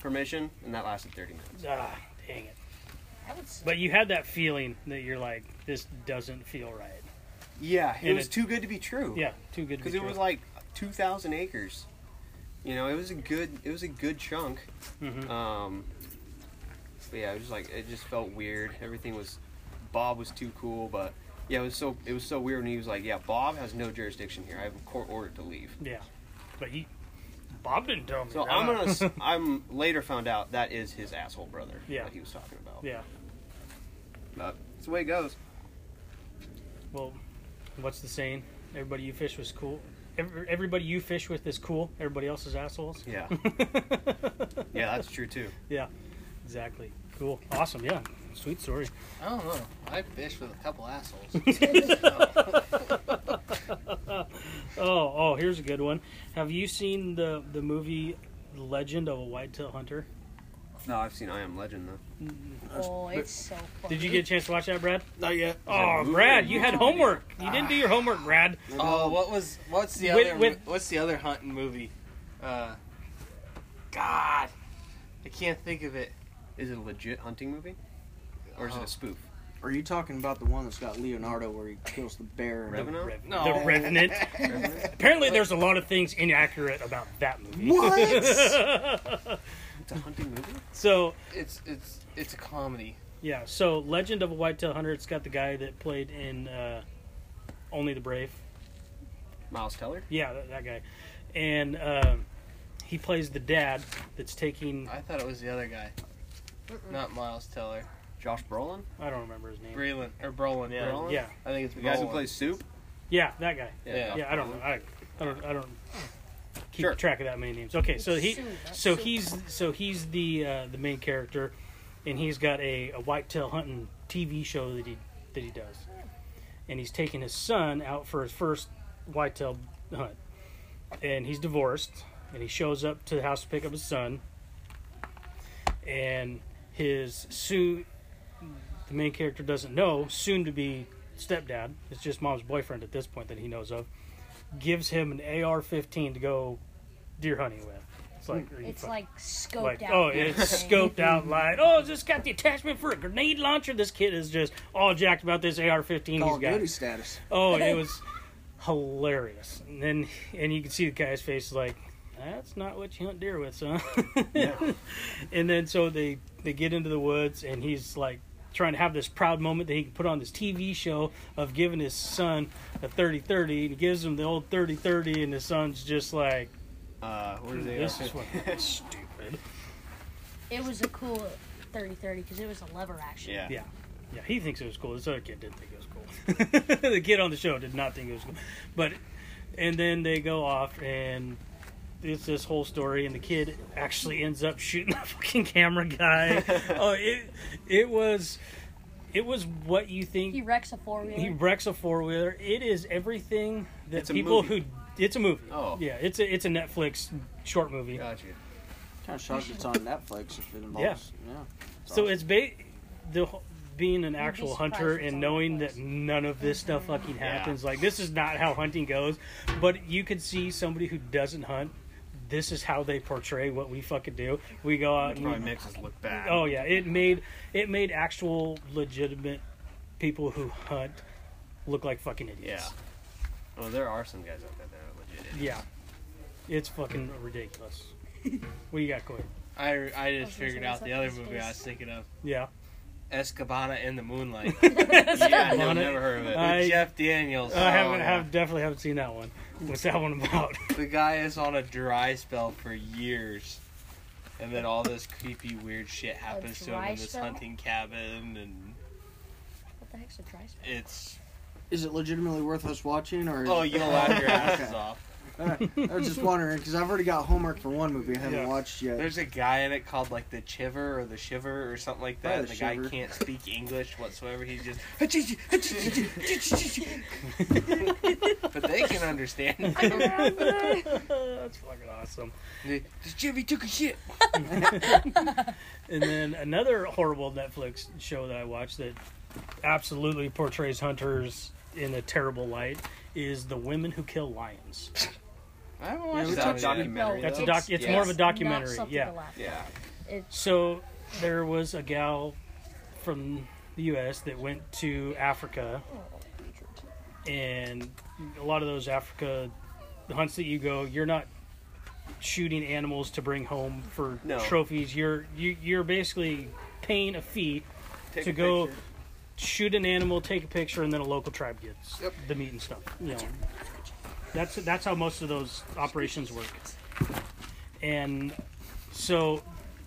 F: permission, and that lasted 30 minutes.
A: Ah, dang it.
C: I would say
A: But you had that feeling that you're like, this doesn't feel right.
F: Yeah, it
A: And
F: was
A: it-
F: too good to be true.
A: Yeah. Too good. to
F: because
A: be
F: it was
A: true.
F: like 2,000 acres. You know, it was a good, it was a good chunk.
A: Mhm.
F: Um, but yeah, it was just like it just felt weird. Everything was, Bob was too cool, but yeah, it was so it was so weird. when he was like, "Yeah, Bob has no jurisdiction here. I have a court order to leave."
A: Yeah. But you, Bob didn't tell me.
F: So
A: that.
F: I'm gonna. s- I'm later found out that is his asshole brother
A: Yeah.
F: that he was talking about.
A: Yeah.
F: but it's the way it goes.
A: Well, what's the saying? Everybody you fish was cool. Every, everybody you fish with is cool. Everybody else is assholes.
F: Yeah, yeah, that's true too.
A: yeah. Exactly. Cool. Awesome. Yeah. Sweet story.
C: I don't know. I fished with a couple assholes.
A: Oh, oh, here's a good one. Have you seen the the movie Legend of a Whitetail Hunter?
F: No, I've seen I Am Legend though.
D: Oh, it's so funny.
A: Did you get a chance to watch that, Brad?
B: Not yet.
A: Oh, Brad, you had homework. You didn't do your homework, Brad.
C: Oh, what was what's the
A: Um, With-
C: other
A: with-
C: mo- what's the other hunting movie? Uh, God, I can't think of it.
F: Is it a legit hunting movie, or is it
C: Oh.
F: a spoof?
B: Are you talking about the one that's got Leonardo where he kills the bear? and-
F: Revenant.
A: Rev-
C: No.
A: The Revenant. Apparently, there's a lot of things inaccurate about that movie. What?
F: It's a hunting movie.
A: so,
C: It's it's it's a comedy.
A: yeah, so Legend of a Whitetail Hunter, it's got the guy that played in uh, Only the Brave.
F: Miles Teller.
A: Yeah, that, that guy. And um he plays the dad that's taking,
C: I thought it was the other guy, not Miles Teller.
F: Josh Brolin.
A: I don't remember his name.
C: Breland or Brolin, yeah.
F: Brolin?
A: Yeah,
C: I think it's
F: The guy who
A: Oh.
C: Brolin.
F: plays Soup.
A: yeah, that guy.
C: Yeah.
A: Yeah, I don't know. I, I don't. I don't keep
F: Sure.
A: track of that many names. Okay, so he,
D: Sue, that's
A: so
D: Sue.
A: he's, so he's the uh, the main character, and he's got a, a whitetail hunting TV show that he that he does, and he's taking his son out for his first whitetail hunt, and he's divorced, and he shows up to the house to pick up his son, and his soon, the main character doesn't know soon to be stepdad. It's just mom's boyfriend at this point that he knows of gives him an AR-15 to go deer hunting with. It's like, are you
D: It's
A: fuck-
D: like scoped
A: like,
D: out.
A: oh, it's scoped out like, oh, it's just got the attachment for a grenade launcher. This kid is just all jacked about this AR-15
B: Call
A: he's
B: of
A: got.
B: Duty status.
A: Oh, and it was hilarious. And then, and you can see the guy's face like, that's not what you hunt deer with, son. and then so they they get into the woods, and he's like trying to have this proud moment that he can put on this TV show of giving his son a 30-30, and he gives him the old 30-30, and his son's just like,
F: Uh, what is
A: this is
F: it?
A: what stupid.
D: It was a cool 30-30 because it was a lever action.
F: Yeah.
A: Yeah. Yeah, he thinks it was cool. This other kid didn't think it was cool. the kid on the show did not think it was cool. But and then they go off and it's this whole story and the kid actually ends up shooting the fucking camera guy. oh, it it was it was what you think
D: He wrecks a four
A: he
D: wheeler.
A: wrecks a four wheeler. It is everything that
F: It's a
A: people
F: movie.
A: who it's a movie.
F: Oh.
A: Yeah, it's a it's a Netflix short movie.
F: Gotcha.
B: kind of shocked it's on Netflix if it involves. Yeah. It's
A: So
B: awesome.
A: it's ba- the wh- being an actual
G: surprised
A: hunter and
G: it's Mm-hmm. on
A: knowing
G: Netflix.
A: that none of this stuff fucking happens. Like this is not how hunting goes. But you can see somebody who doesn't hunt. This is how they portray what we fucking do. We go out and we
F: Probably makes us look bad.
A: Oh yeah, it made it made actual legitimate people who hunt look like fucking
F: Yeah.
A: idiots.
F: Oh, there are some guys out there that are legit. idiots.
A: Yeah. It's fucking ridiculous. what you got, Corey?
C: I, I
G: I was
C: just
G: gonna
C: figured
G: say,
C: out
G: is
C: the
G: that
C: other
G: his
C: movie
G: face?
C: I was thinking of.
A: Yeah.
C: Escobana in the Moonlight. yeah,
A: Escobana.
C: I've never heard of it.
A: I-
C: Jeff Daniels.
A: I haven't
C: Oh,
A: have definitely haven't seen that one. What's that one about?
C: The guy is on a dry spell for years. And then all this creepy, weird shit happens to him
G: dry
C: in this
G: spell?
C: hunting cabin, and
G: What the heck's a dry spell?
C: it's
E: Is it legitimately worth us watching, or? Is
C: oh, you'll laugh your asses
E: Okay.
C: off.
E: I was just wondering because I've already got homework for one movie I haven't
A: Yeah.
E: watched yet.
C: There's a guy in it called like the Chiver or the Shiver or something like
E: Probably
C: that. and
E: the
C: the guy
E: Shiver.
C: can't speak English whatsoever. He's just, but they can understand.
A: That's fucking awesome.
C: The Chivy took a shit.
A: And then another horrible Netflix show that I watched that absolutely portrays hunters in a terrible light is the women who kill lions.
C: I haven't
B: Yeah,
C: watched
B: we
C: that
B: talked about
C: one yet.
B: it.
G: No,
F: Documentary,
A: That's a
F: though?
A: doc. It's more of a
G: it's not
A: documentary.
G: something
A: Yeah.
G: to laugh at.
F: Yeah.
A: So there was a gal from the US that went to Africa
D: oh,
A: and a lot of those Africa hunts that you go, you're not shooting animals to bring home for
F: No.
A: trophies. You're you, you're basically paying a fee
F: Take
A: to
F: a
A: go
F: picture.
A: shoot an animal, take a picture, and then a local tribe gets the meat and stuff. You know, that's that's how most of those operations work. And so,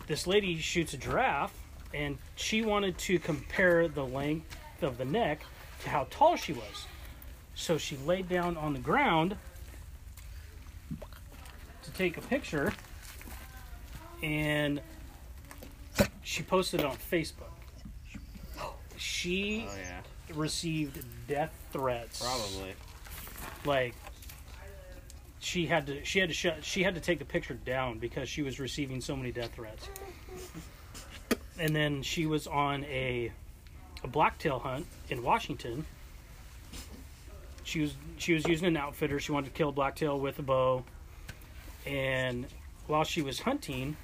A: this lady shoots a giraffe, and she wanted to compare the length of the neck to how tall she was. So she laid down on the ground to take a picture, and she posted it on Facebook. She
F: Oh yeah.
A: received death threats.
F: Probably.
A: Like she had to she had to shut she had to take the picture down because she was receiving so many death threats. And then she was on a a blacktail hunt in Washington. She was she was using an outfitter. She wanted to kill a blacktail with a bow. And while she was hunting,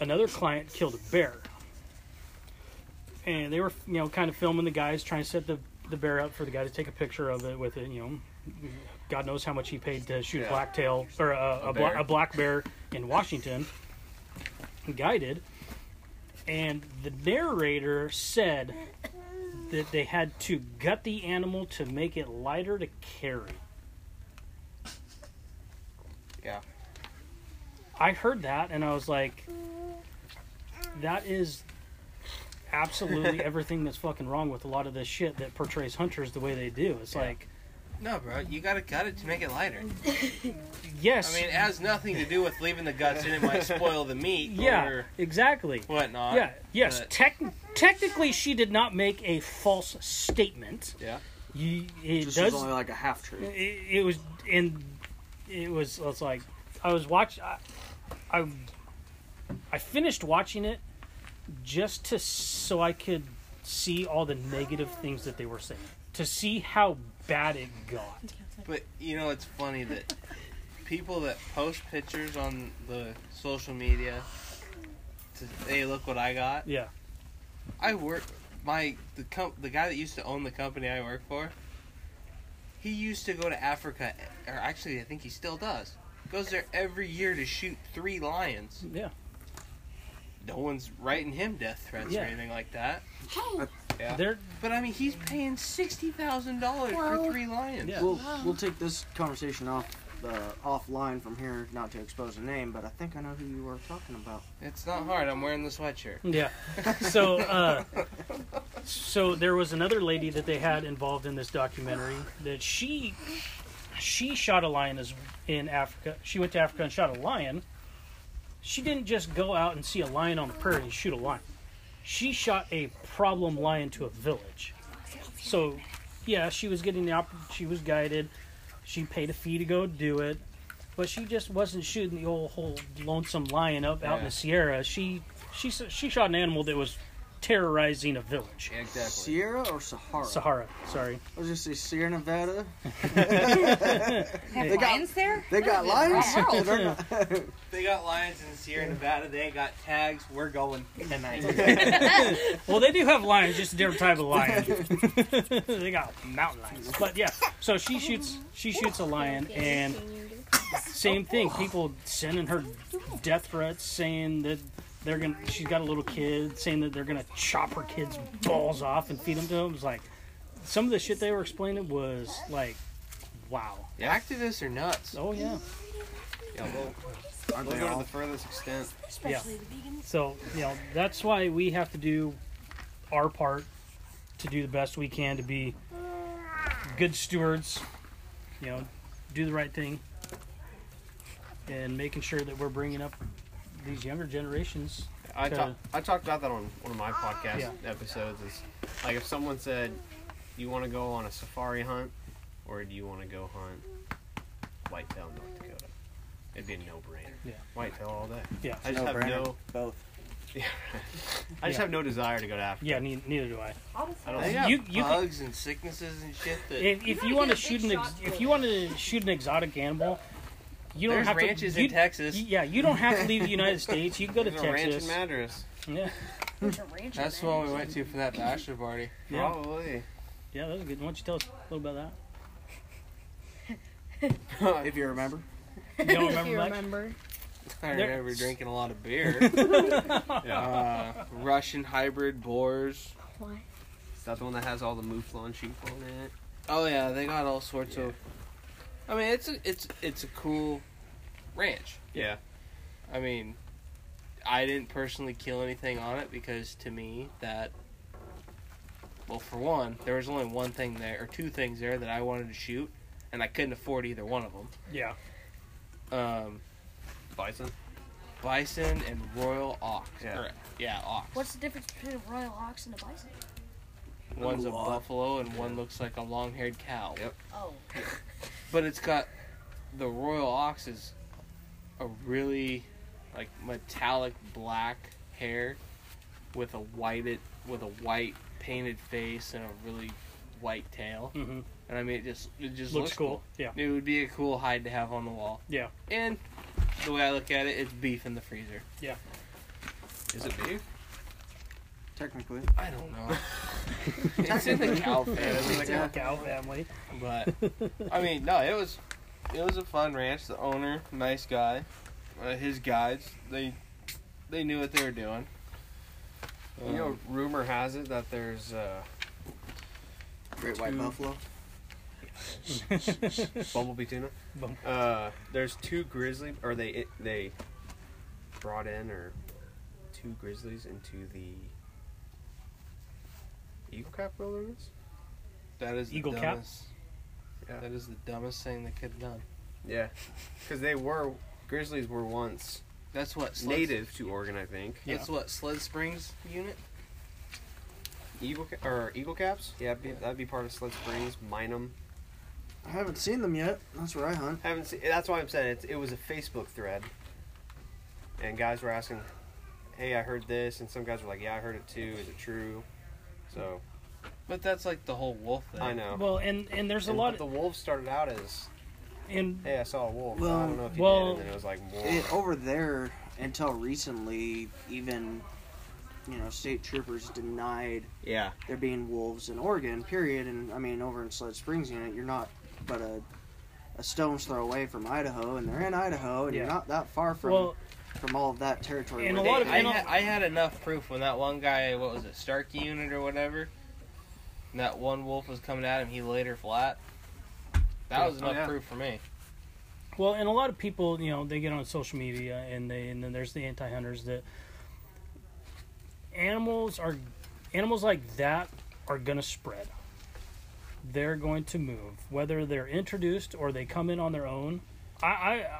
A: another client killed a bear and they were you know kind of filming the guys trying to set the the bear up for the guy to take a picture of it with it you know god knows how much he paid to shoot
F: Yeah.
A: blacktail or a, a,
F: A
A: bla-
F: bear.
A: a black bear in washington the guy did and the narrator said that they had to gut the animal to make it lighter to carry
C: Yeah.
A: i heard that and i was like that is absolutely everything that's fucking wrong with a lot of this shit that portrays hunters the way they do. It's like,
C: No, bro, you gotta cut it to make it lighter. I
A: yes,
C: mean, it has nothing to do with leaving the guts in. It might spoil the meat
A: yeah,
C: or
A: exactly.
C: whatnot.
A: Yeah, yes.
C: but-
A: Tec- technically, she did not make a false statement.
C: Yeah.
A: You, it
B: This
A: does.
B: is only like a half truth.
A: it, it was, and it was. It's like I was watch. I, I, I finished watching it just to so I could see all the negative things that they were saying to see how bad it got.
C: But you know, it's funny that people that post pictures on the social media, to, hey, look what I got.
A: Yeah.
C: I work my the comp, the guy that used to own the company I work for. He used to go to Africa, or actually, I think he still does. Goes there every year to shoot three lions.
A: Yeah.
C: No one's writing him death threats
A: Yeah.
C: or anything like that.
F: Yeah.
A: They're
C: But I mean, he's paying sixty thousand dollars for three lions.
A: Yeah.
E: We'll we'll take this conversation off
B: uh,
E: the offline from here, not to expose a name, but I think I know who you were talking about.
C: It's not hard. I'm wearing the sweatshirt.
A: yeah. So uh, so there was another lady that they had involved in this documentary that she she shot a lion as in Africa. She went to Africa and shot a lion. She didn't just go out and see a lion on the prairie and shoot a lion. She shot a problem lion to a village. So yeah, she was getting the op- she was guided. She paid a fee to go do it. but she just wasn't shooting the old whole lonesome lion up out in
C: Yeah.
A: the Sierra. She she s- she shot an animal that was terrorizing a village.
C: Yeah, exactly.
B: Sierra or Sahara?
A: Sahara, sorry.
B: I was just say Sierra Nevada.
G: Have
A: They
B: got-
G: lions there?
B: They got lions.
G: Wow.
B: They're not-
C: They got lions in Sierra Nevada. They got tags. We're going tonight.
A: Well, they do have lions, just a different type of lion. they got mountain lions, but yeah. So she shoots, she shoots a lion, and same thing. People sending her death threats, saying that they're gonna. She's got a little kid, saying that they're gonna chop her kid's balls off and feed them to them. It's like some of the shit they were explaining was like, wow.
C: Activists are nuts.
A: Oh yeah.
C: Yeah, well,
B: Aren't
F: We'll
B: they
F: go to
B: all?
F: the furthest extent.
A: Especially So you know that's why we have to do our part to do the best we can to be good stewards. You know, do the right thing, and making sure that we're bringing up these younger generations.
F: I,
A: to-
F: ta- I talked about that on one of my podcast
A: Yeah.
F: episodes. Is like if someone said, "You want to go on a safari hunt, or do you want to go hunt whitetail in North Dakota?" It'd be a no-brainer.
A: Yeah.
F: whitetail all day.
A: Yeah.
F: I just have
B: No-brainer.
F: no.
B: Both.
F: I just
A: Yeah.
F: have no desire to go to Africa.
A: Yeah, ne- neither do I.
F: I don't.
C: they
F: think
C: got
A: You- you can-
C: bugs and sicknesses and shit. That
A: If, if
G: gotta
A: you want to
G: get a
A: shoot
G: big
A: an ex-
G: shot to
A: if
G: it.
A: you want to shoot an exotic animal, you don't
C: there's
A: have
C: ranches
A: to. you-
C: in Texas.
A: you- yeah, you don't have to leave the United States. You can go to
F: There's a ranch in
A: Texas.
F: Madras.
A: Yeah,
C: That's the one we went to for that bachelor party.
A: yeah,
F: Probably.
A: yeah. That was good. Why don't you tell us a little about
B: If you remember.
A: that? You don't
D: if you
A: remember much?
D: remember.
C: I
A: There-
C: remember drinking a lot of beer.
F: Yeah.
C: uh, Russian hybrid boars.
D: What?
F: Is that the one that has all the mouflon sheep on it?
C: Oh yeah, they got all sorts of. I mean, it's a, it's it's a cool ranch.
F: Yeah.
C: I mean, I didn't personally kill anything on it because to me that. Well, for one, there was only one thing there, or two things there that I wanted to shoot, and I couldn't afford either one of them.
A: Yeah.
C: Um,
F: Bison.
C: bison and royal ox.
F: Yeah.
C: Or, yeah, ox.
D: What's the difference between a royal ox and a bison?
C: One's a
B: Ooh, ox.
C: buffalo and one looks like a long-haired cow.
F: Yep.
D: Oh,
C: But it's got the royal ox is a really like metallic black hair with a whited with a white painted face and a really white tail.
A: Mm-hmm.
C: And I mean it just it just
A: Looks cool. Yeah.
C: It would be a cool hide to have on the wall.
A: Yeah.
C: And the way I look at it, it's beef in the freezer.
F: Is it beef?
B: Technically.
C: I don't know. it's in the cow family.
A: It's a cow family.
C: But I mean, no, it was it was a fun ranch. The owner, nice guy, uh, his guides, they they knew what they were doing.
A: Uh,
F: You know, rumor has it that there's uh,
B: Great white
F: Two.
B: buffalo.
F: bumblebee tuna.
A: Bum-
F: Uh, there's two grizzly, or they it, they brought in or two grizzlies into the Eagle Cap Wilderness.
C: That is
A: Eagle
C: the
A: cap?
C: dumbest.
F: Yeah.
C: That is the dumbest thing they could have done.
F: Yeah, because they were grizzlies were once
C: That's what Sled-
F: native to Oregon, I think.
C: That's what Sled Springs unit.
F: Eagle ca- or Eagle Caps? Yeah, that'd be, that'd be part of Sled Springs, Minum.
B: I haven't seen them yet. That's where I hunt.
F: Haven't seen, that's why I'm saying it's, it was a Facebook thread, and guys were asking, "Hey, I heard this," and some guys were like, "Yeah, I heard it too. Is it true?" So
C: But that's like the whole wolf thing.
F: I know.
A: Well, and and there's a
F: And-
A: lot
F: but
A: of
F: the wolves started out as,
A: and
F: "Hey, I saw a wolf." I
B: Well-
F: don't know if you
A: Well-
F: did, and then it was like more.
B: It, over there, until recently, even you know, state troopers denied
F: yeah,
B: there being wolves in Oregon. Period. And I mean, over in Sled Springs unit, you're not but a a stone's throw away from Idaho, and they're in Idaho, and you're
A: Yeah.
B: not that far from
A: well,
B: from all of that territory.
A: And
B: where
A: a
B: they-
A: lot of-
C: I,
A: and
C: had, I had enough proof when that one guy, what was it, Starkey unit or whatever, and that one wolf was coming at him. He laid her flat. That was
F: Oh,
C: enough
F: yeah.
C: proof for me.
A: Well, and a lot of people, you know, they get on social media and they and then there's the anti hunters that animals are animals like that are gonna spread. They're going to move, whether they're introduced or they come in on their own. I, I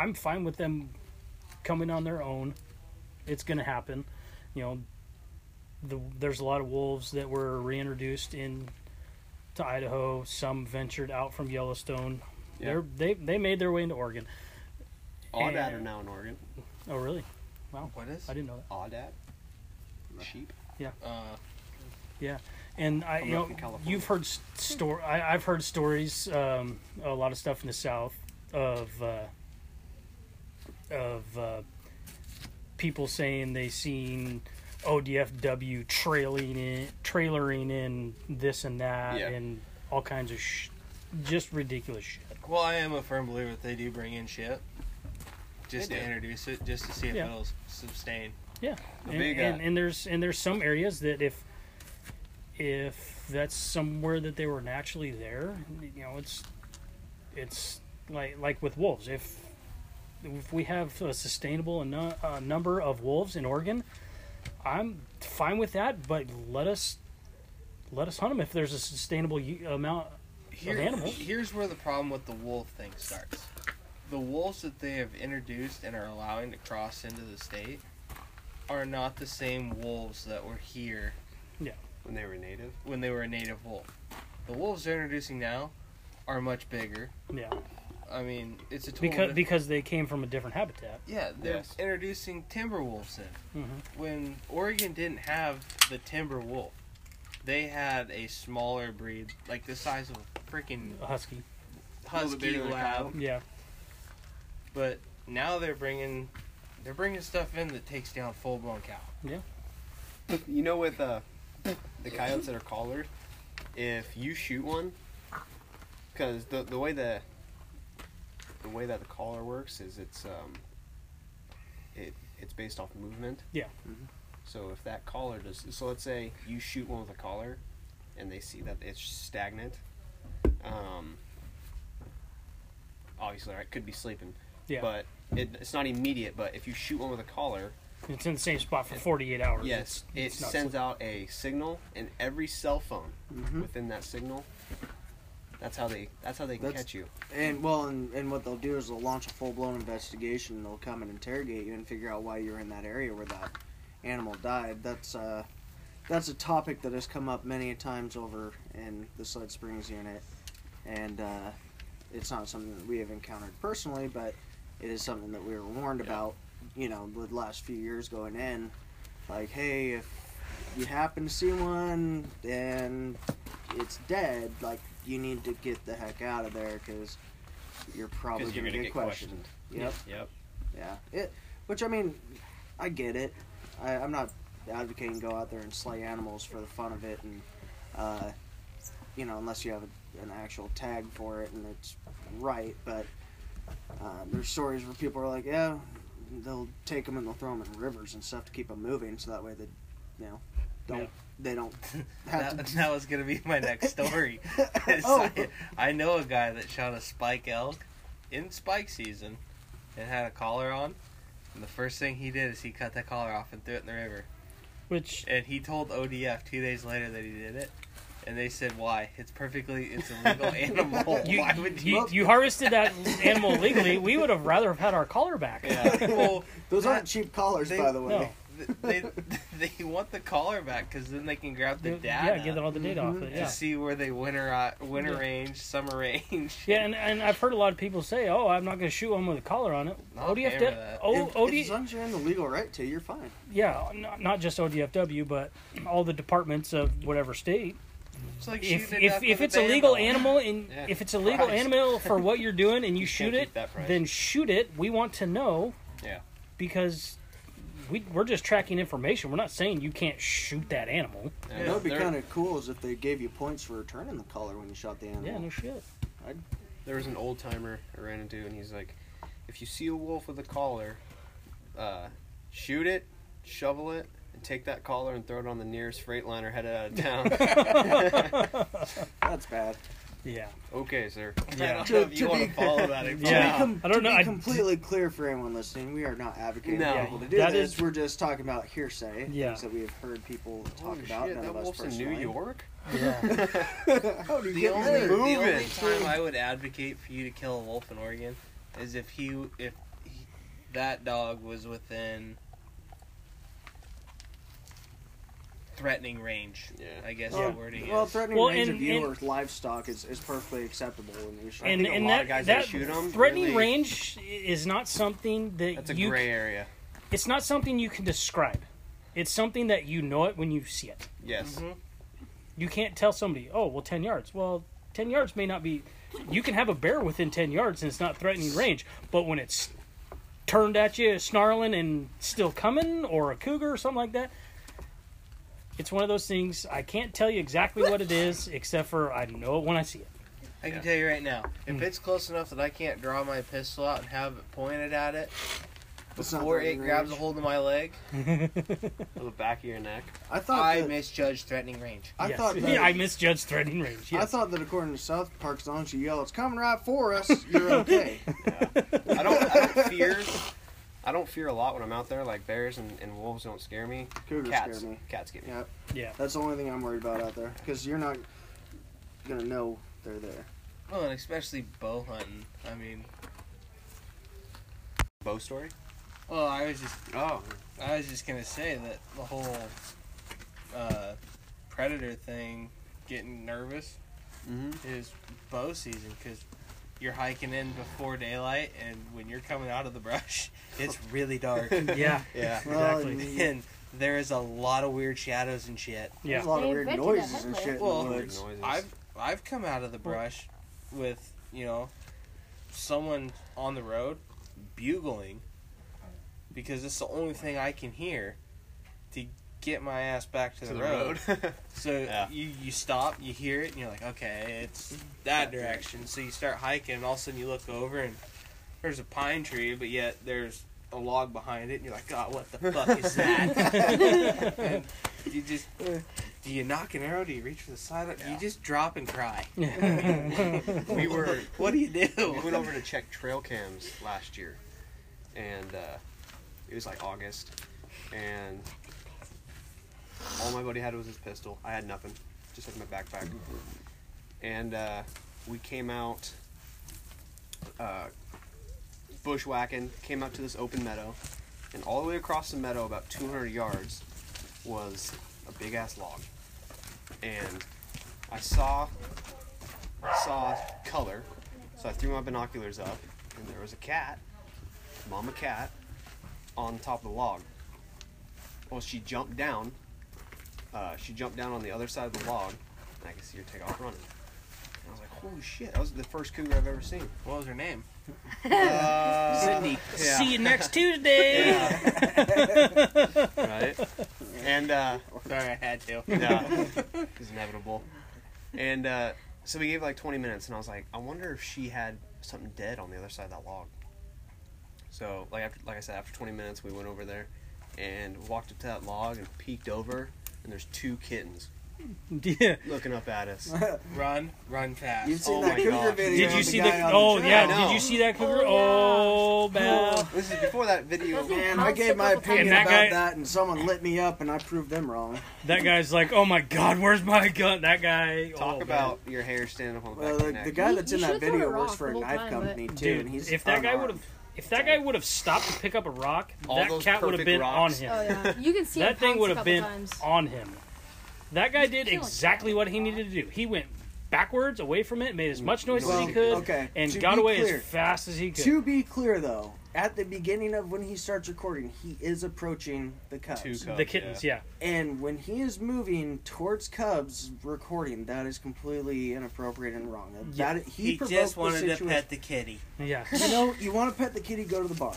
A: I'm fine with them coming on their own. It's gonna happen. You know, the, there's a lot of wolves that were reintroduced in to Idaho. Some ventured out from Yellowstone.
F: Yeah.
A: They're, they they made their way into Oregon.
F: Audat are now in Oregon.
A: Oh, really?
C: What is?
A: I didn't know that.
F: Audat? Sheep?
C: Uh,
A: And I,
F: I'm
A: you
F: not
A: know,
F: from California.
A: you've heard s- stor- I, I've heard stories, um, a lot of stuff in the South of uh, of uh, people saying they seen ODFW trailing in, trailering in this and that,
F: Yeah.
A: and all kinds of sh- just ridiculous shit.
C: well, I am a firm believer that they do bring in shit just
F: They
C: to
F: do.
C: introduce it, just to see if
A: Yeah.
C: it'll sustain.
F: A
A: and,
F: big,
A: and,
F: uh,
A: and there's and there's some areas that if if that's somewhere that they were naturally there you know it's it's like like with wolves if if we have a sustainable eno- uh, number of wolves in Oregon I'm fine with that but let us let us hunt them if there's a sustainable u- amount
C: Here,
A: animals.
C: here's where the problem with the wolf thing starts. The wolves that they have introduced and are allowing to cross into the state are not the same wolves that were here
F: When they were native.
C: when they were a native wolf. The wolves they're introducing now are much bigger.
A: yeah
C: I mean, it's a total
A: because
C: diff-
A: because they came from a different habitat
C: yeah, they're
F: Yes. Mm-hmm.
C: introducing timber wolves in.
A: Mhm.
C: When Oregon didn't have the timber wolf, they had a smaller breed, like the size of a freaking
A: a husky
F: little bit
C: husky
F: bigger than a
C: lab.
F: cow.
A: yeah
C: But now they're bringing they're bringing stuff in that takes down full blown cow.
F: You know, with uh, the coyotes that are collared, if you shoot one, because the the way the the way that the collar works is it's um it it's based off movement.
A: Yeah.
B: Mhm.
F: So if that collar does, so let's say you shoot one with a collar, and they see that it's stagnant. Um. Obviously, I could be sleeping,
A: yeah
F: but it, it's not immediate. But if you shoot one with a collar,
A: it's in the same spot for 48 hours
F: Yes,
A: It's-
F: it
A: it's not
F: sends out a signal, and every cell phone
B: Mhm.
F: within that signal, that's how they that's how they can
B: That's-
F: catch you.
B: And well, and, and what they'll do is they'll launch a full blown investigation. and They'll come and interrogate you and figure out why you're in that area where that animal died. That's uh, that's a topic that has come up many a times over in the Sled Springs unit, and uh, it's not something that we have encountered personally, but it is something that we were warned about. You know, the last few years going in, like, hey, if you happen to see one and it's dead, like you need to get the heck out of there because you're probably
F: Because
B: going
F: you're
B: to
F: gonna
B: get,
F: get
B: questioned.
F: questioned.
B: Yep.
F: Yep.
B: Yeah. It. Which I mean, I get it. I, I'm not advocating go out there and slay animals for the fun of it, and uh, you know, unless you have a, an actual tag for it and it's right. But uh, there's stories where people are like, yeah, they'll take them and they'll throw them in rivers and stuff to keep them moving, so that way they, you know, don't
A: Yeah.
B: they don't have
C: That,
B: to.
C: that was gonna be my next story. It's
B: Oh.
C: like, I know a guy that shot a spike elk in spike season and had a collar on. And the first thing he did is he cut that collar off and threw it in the river.
A: which
C: And he told ODF two days later that he did it. And they said, "Why? It's perfectly, it's a legal animal.
A: You,
C: Why would you?"
A: you, you harvested that animal legally. We would have rather have had our collar back.
C: Yeah. Well,
B: Those
C: that-
B: aren't cheap collars,
C: they-
B: by the way.
A: No.
C: th- they they want the collar back because then they can grab the
A: Yeah,
C: data Mm-hmm.
A: get all the data off of it.
C: to
A: Yeah.
C: see where they winter uh, winter
A: Yeah.
C: range, summer range.
A: Yeah, and, and I've heard a lot of people say, "Oh, I'm not going to shoot one with a collar on it."
C: I'll
A: ODF,
C: hammer that.
A: o,
B: If- if, as
A: OD,
B: long as you're in the legal right to, you're fine.
A: yeah, not, not just ODFW, but all the departments of whatever state.
C: It's like
A: If
C: shooting a
A: if,
C: duck
A: if
C: with
A: it's a legal
C: baseball.
A: animal and
F: Yeah.
A: if it's a legal
F: Price.
A: animal for what you're doing and you shoot
F: can't
A: it,
F: keep that price.
A: then shoot it. We want to know.
F: Yeah.
A: Because we we're just tracking information. We're not saying you can't shoot that animal.
F: And
C: Yeah,
B: that would be
F: there,
B: kind of cool is if they gave you points for returning the collar when you shot the animal.
A: Yeah, no shit.
F: there was an old timer I ran into, and he's like, if you see a wolf with a collar, uh, shoot it, shovel it, and take that collar and throw it on the nearest freight liner headed out of town.
B: That's bad.
A: Yeah.
F: okay, sir.
A: Yeah.
C: I don't know
B: To-
C: if
B: to
C: you want
B: be-
C: to follow that. example.
A: Yeah.
B: To be, com-
A: I don't
B: to
A: know,
B: be
A: I-
B: completely clear for anyone listening, we are not advocating
F: No.
B: for people to do
A: That
B: this.
A: is-
B: We're just talking about hearsay.
A: Yeah.
B: Things that we have heard people talk
F: Holy
B: about.
F: shit,
B: none
F: that
B: of us
F: wolf's in
B: personally.
F: New York.
A: Yeah.
B: How do you
C: The
B: get
C: only,
B: there?
C: the
F: Move
C: only
F: it.
C: time I would advocate for you to kill a wolf in Oregon is if he if he, that dog was within threatening range.
F: Yeah.
C: I guess
B: Well,
C: the wording
B: Oh, well,
C: is.
B: threatening
A: Well,
B: range
A: and-
B: of you
A: and-
B: or livestock is, is perfectly acceptable in the issue.
A: and
F: a
A: and
F: lot
A: that
F: of guys that
A: that
F: shoot 'em
A: threatening
F: really-
A: range is not something that
F: That's a
A: you
F: gray area.
A: it's not something you can describe. It's something that you know it when you see it.
F: Yes.
B: Mm-hmm.
A: You can't tell somebody, oh, well, 10 yards. Well, 10 yards may not be. You can have a bear within 10 yards and it's not threatening range, but when it's turned at you, snarling and still coming, or a cougar or something like that, it's one of those things. I can't tell you exactly what it is, except for I know it when I see it.
C: I can
F: Yeah.
C: tell you right now, if
A: Mm.
C: it's close enough that I can't draw my pistol out and have it pointed at it
B: It's not
C: before it
B: threatening
C: grabs a
B: range.
C: hold of my leg,
F: On the back of your neck.
B: I thought
C: I
B: that,
C: misjudge threatening range.
B: I
A: Yes.
B: thought that,
A: Yeah, I misjudged threatening range.
B: I
A: Yes.
B: thought that according to South Park, as long as you yell, "It's coming right for us," you're okay.
F: I don't, I don't fear. I don't fear a lot when I'm out there. Like bears and, and wolves don't scare me.
B: Cougars
F: Cats,
B: scare me.
F: cats get me.
B: Yeah.
A: yeah.
B: That's the only thing I'm worried about out there, because you're not gonna know they're there.
C: Well, and especially bow hunting. I mean,
F: Bow story.
C: well, I was just
F: Oh,
C: I was just gonna say that the whole uh, predator thing, getting nervous,
F: mm-hmm.
C: is bow season because you're hiking in before daylight, and when you're coming out of the brush, it's really dark.
A: Yeah.
F: yeah.
A: Exactly.
B: Well, and
C: and there is a lot of weird shadows and shit.
A: Yeah.
B: There's a lot
G: They
B: of weird
G: invented
B: noises
G: that,
B: and
G: huh?
B: shit
C: Well,
B: in the
C: Weird
B: woods.
F: noises.
C: I've I've come out of the brush with you know someone on the road bugling because it's the only thing I can hear to get my ass back to,
F: to
C: the,
F: the
C: road.
F: road.
C: So
F: Yeah.
C: you you stop, you hear it, and you're like, okay, it's that direction. So you start hiking, and all of a sudden you look over, and there's a pine tree, but yet there's a log behind it, and you're like, God, what the fuck is that? and you just do you knock an arrow? Do you reach for the side? Do you just drop and cry?
F: we were
C: What do you
F: we
C: do?
F: went over to check trail cams last year, and uh, it was like August, and all my buddy had was his pistol. I had nothing, just had my backpack, and uh, we came out uh, bushwhacking. Came out to this open meadow, and all the way across the meadow, about 200 yards, was a big ass log, and I saw saw color so I threw my binoculars up, and there was a cat, mama cat, on top of the log. Well, she jumped down. Uh, she jumped down on the other side of the log, and I could see her take off running. And I was like, "Holy shit! That was the first cougar I've ever seen."
C: What was her name?
F: Uh,
C: Sydney.
F: Yeah.
A: See you next Tuesday.
F: right? And uh,
C: Sorry, I had to.
F: yeah, it's inevitable. And uh, so we gave it like 20 minutes, and I was like, I wonder if she had something dead on the other side of that log. So, like after, like I said, after 20 minutes, we went over there and walked up to that log and peeked over, and there's two kittens
A: Yeah.
F: looking up at us.
C: Run, run fast.
B: You've seen
F: Oh
B: that
F: my
B: cougar
F: God.
B: video.
A: Did
B: of
A: you see
B: guy
A: the?
B: on
A: Oh
B: trail.
A: yeah.
F: I know.
A: Did you see that cougar? Oh,
D: Oh,
A: Bal.
F: This is before that video.
G: Doesn't-
B: Man, I gave my
G: Popsicle
B: opinion
A: And that
B: about
A: guy-
B: that, and someone lit me up, and I proved them wrong.
A: That guy's like, oh my god, where's my gun? That guy. oh,
F: Talk
A: man.
F: about your hair standing up on the back
B: Well,
F: of your
B: the,
F: neck.
B: the guy
G: You-
B: that's
G: you
B: in that
G: should've thrown
B: video
G: a rock
B: works for a
G: the whole
B: knife
G: time,
B: company too,
A: dude.
B: and he's
A: if that guy would
B: unarmed.
A: have, if that guy would have stopped to pick up a rock,
F: All
A: that
F: those
A: cat would have
F: perfect
A: been on
F: rocks.
A: him.
G: Oh yeah, you can see
A: That
G: him
A: thing
G: pounce
A: would've
G: a couple
A: been
G: times.
A: On him. That guy did
G: Kill him.
A: exactly what he needed to do. He went backwards, away from it, made as much noise as
B: Well,
A: he could,
B: okay,
A: and
B: to
A: got
B: be
A: away
B: clear,
A: as fast as he could.
B: To be clear, though, at the beginning of when he starts recording, he is approaching the Cubs.
F: Two cubs,
A: the kittens, yeah.
B: And when he is moving towards Cubs recording, that is completely inappropriate and wrong. That,
A: Yeah.
B: that- he,
C: He
B: provoked
C: just
B: the
C: wanted to
B: situation.
C: pet the kitty.
A: yeah,
B: You know, you want to pet the kitty, go to the bar.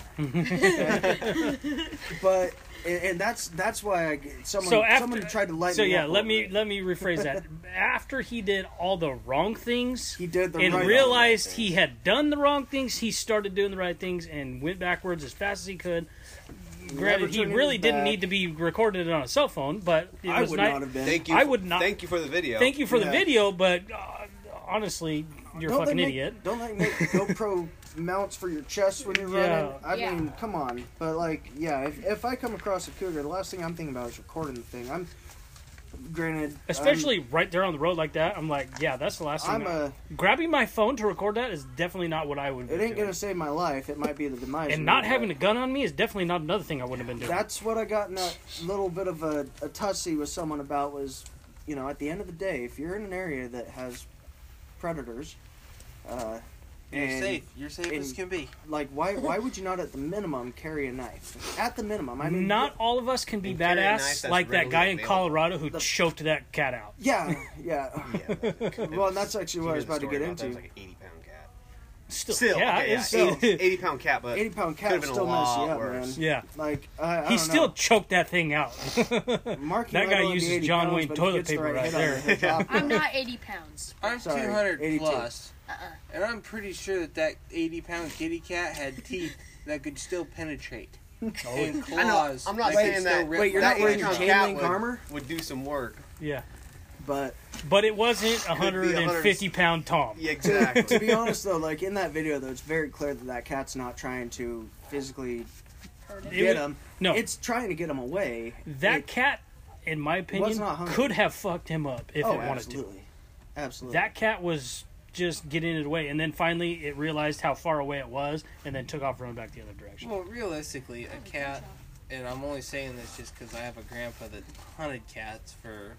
B: but and, and that's that's why I, someone
A: So after-
B: someone tried to lighten
A: So
B: me
A: yeah,
B: up
A: let
B: over
A: me
B: it.
A: let me rephrase that. After he did all the wrong things,
B: He did the
A: and
B: right
A: realized he had done the wrong things, he started doing the right things and went backwards as fast as he could. Granted, he
B: turned
A: really
B: his
A: didn't
B: back.
A: need to be recorded on a cell phone, but it
B: I
A: was
B: would
A: ni-
B: not have been.
F: Thank you.
A: I
F: for-
A: would not-
F: Thank you for the video.
A: Thank you for the
B: Yeah.
A: video, but uh, honestly, you're a
B: Don't
A: fucking
B: they make-
A: idiot.
B: Don't they make GoPro mounts for your chest when you're
A: Yeah.
B: running? I
D: Yeah.
B: mean, come on. But like, yeah, if, if I come across a cougar, the last thing I'm thinking about is recording the thing. I'm granted,
A: Especially right there on the road like that, I'm like, yeah, that's the last
B: I'm,
A: thing.
B: I'm a.
A: Grabbing my phone to record that is definitely not what I would. be
B: It ain't
A: doing.
B: gonna save my life. It might be the demise. of
A: And
B: me,
A: not
B: but
A: having a gun on me is definitely not another thing I wouldn't have been doing.
B: That's what I got in that little bit of a, a tussy with someone about was, you know, at the end of the day, if you're in an area that has predators, uh,
C: You're
B: and
C: safe. You're safe as
B: and-
C: can be.
B: like why why would you not at the minimum carry a knife? At the minimum, I mean,
A: not all of us can be
F: And carry a knife
A: badass
F: that's
A: like that
F: readily
A: guy in
F: available.
A: Colorado who
B: The-
A: choked that cat out.
B: Yeah, yeah. Well, and that's actually what I was about to get into.
F: That was like an 80 pound cat.
A: Still,
F: Still,
A: yeah,
F: okay,
A: it's-
F: still, 80 pound cat, but
B: Eighty pound
F: Could've
B: cat
F: been a
B: still mess you
F: lot
B: up,
F: worse.
B: man.
A: yeah.
B: Like I, I
A: He
B: don't
A: still
B: know.
A: choked that thing out.
B: Mark
A: that guy
B: Yoletta would be
A: uses
B: 80
A: John
B: pounds,
A: Wayne
B: but he
A: toilet
B: gets the
A: paper right
B: hit on
A: there.
B: the top.
D: I'm not 80 pounds.
C: I'm
B: Sorry,
C: 200
B: 82.
C: plus,
D: Uh-uh.
C: and I'm pretty sure that that 80 pound kitty cat had teeth that could still penetrate. And
F: I know,
C: claws.
F: I'm not
C: that could
F: saying
C: still
F: that-
C: rip
B: Oh, Wait, you're
C: my
B: not
F: That
B: wearing
C: pants
B: your
F: eighty-pound
C: off.
B: chain
F: cat
B: link
F: would-
B: armor,
F: would do some work.
A: yeah,
B: but
A: but it wasn't a
F: be a
A: hundred and fifty pound Tom.
F: Yeah,
B: to
F: exactly.
B: be honest though, like in that video though, it's very clear that that cat's not trying to physically
A: It
B: get
A: was-
B: him.
A: No,
B: It's trying to get him away.
A: that
B: it-
A: cat, in my opinion,
B: not hungry.
A: could have fucked him up if
B: oh,
A: it wanted
B: absolutely,
A: to.
B: absolutely.
A: That cat was just getting it away, and then finally it realized how far away it was, and then took off running back the other direction.
C: Well, realistically, a cat, and I'm only saying this just because I have a grandpa that hunted cats for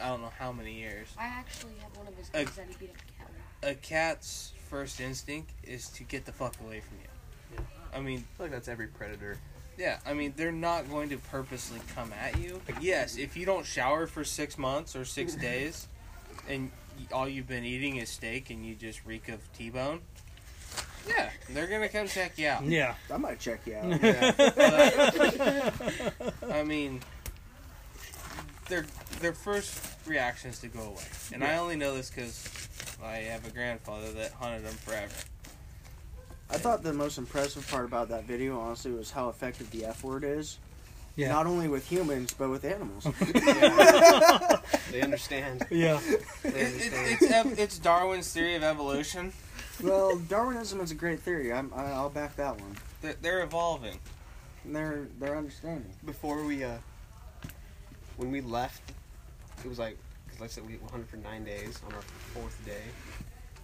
C: I don't know how many years.
D: I actually have one of his
C: Uh,
D: guns that he beat up a cat with.
C: A cat's first instinct is to get the fuck away from you. I mean,
F: I feel like that's every predator.
C: yeah, I mean, they're not going to purposely come at you. Yes, if you don't shower for six months or six days, and y- all you've been eating is steak and you just reek of T-bone, yeah, they're gonna come check you out.
A: yeah,
B: I might check you out.
C: Yeah, but, I mean, their their first reaction is to go away, and I only know this because I have a grandfather that hunted them forever.
B: I thought the most impressive part about that video, honestly, was how effective the F word is.
A: Yeah.
B: Not only with humans, but with animals.
F: They understand.
A: yeah.
F: They
C: It, it,
F: understand.
C: it's ev- it's Darwin's theory of evolution.
B: well, Darwinism is a great theory. I'm, I, I'll back that one.
C: They're, they're evolving.
B: And they're, they're understanding.
F: before we uh when we left it was like because like i said we hunted for nine days on our fourth day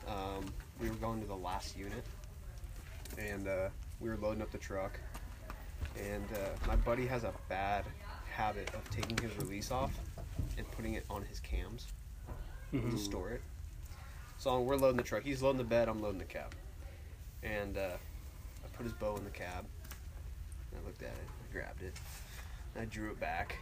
F: um, we were going to the last unit and uh, we were loading up the truck and uh, my buddy has a bad habit of taking his release off and putting it on his cams to store it so we're loading the truck he's loading the bed i'm loading the cab and uh, i put his bow in the cab and i looked at it i grabbed it I drew it back.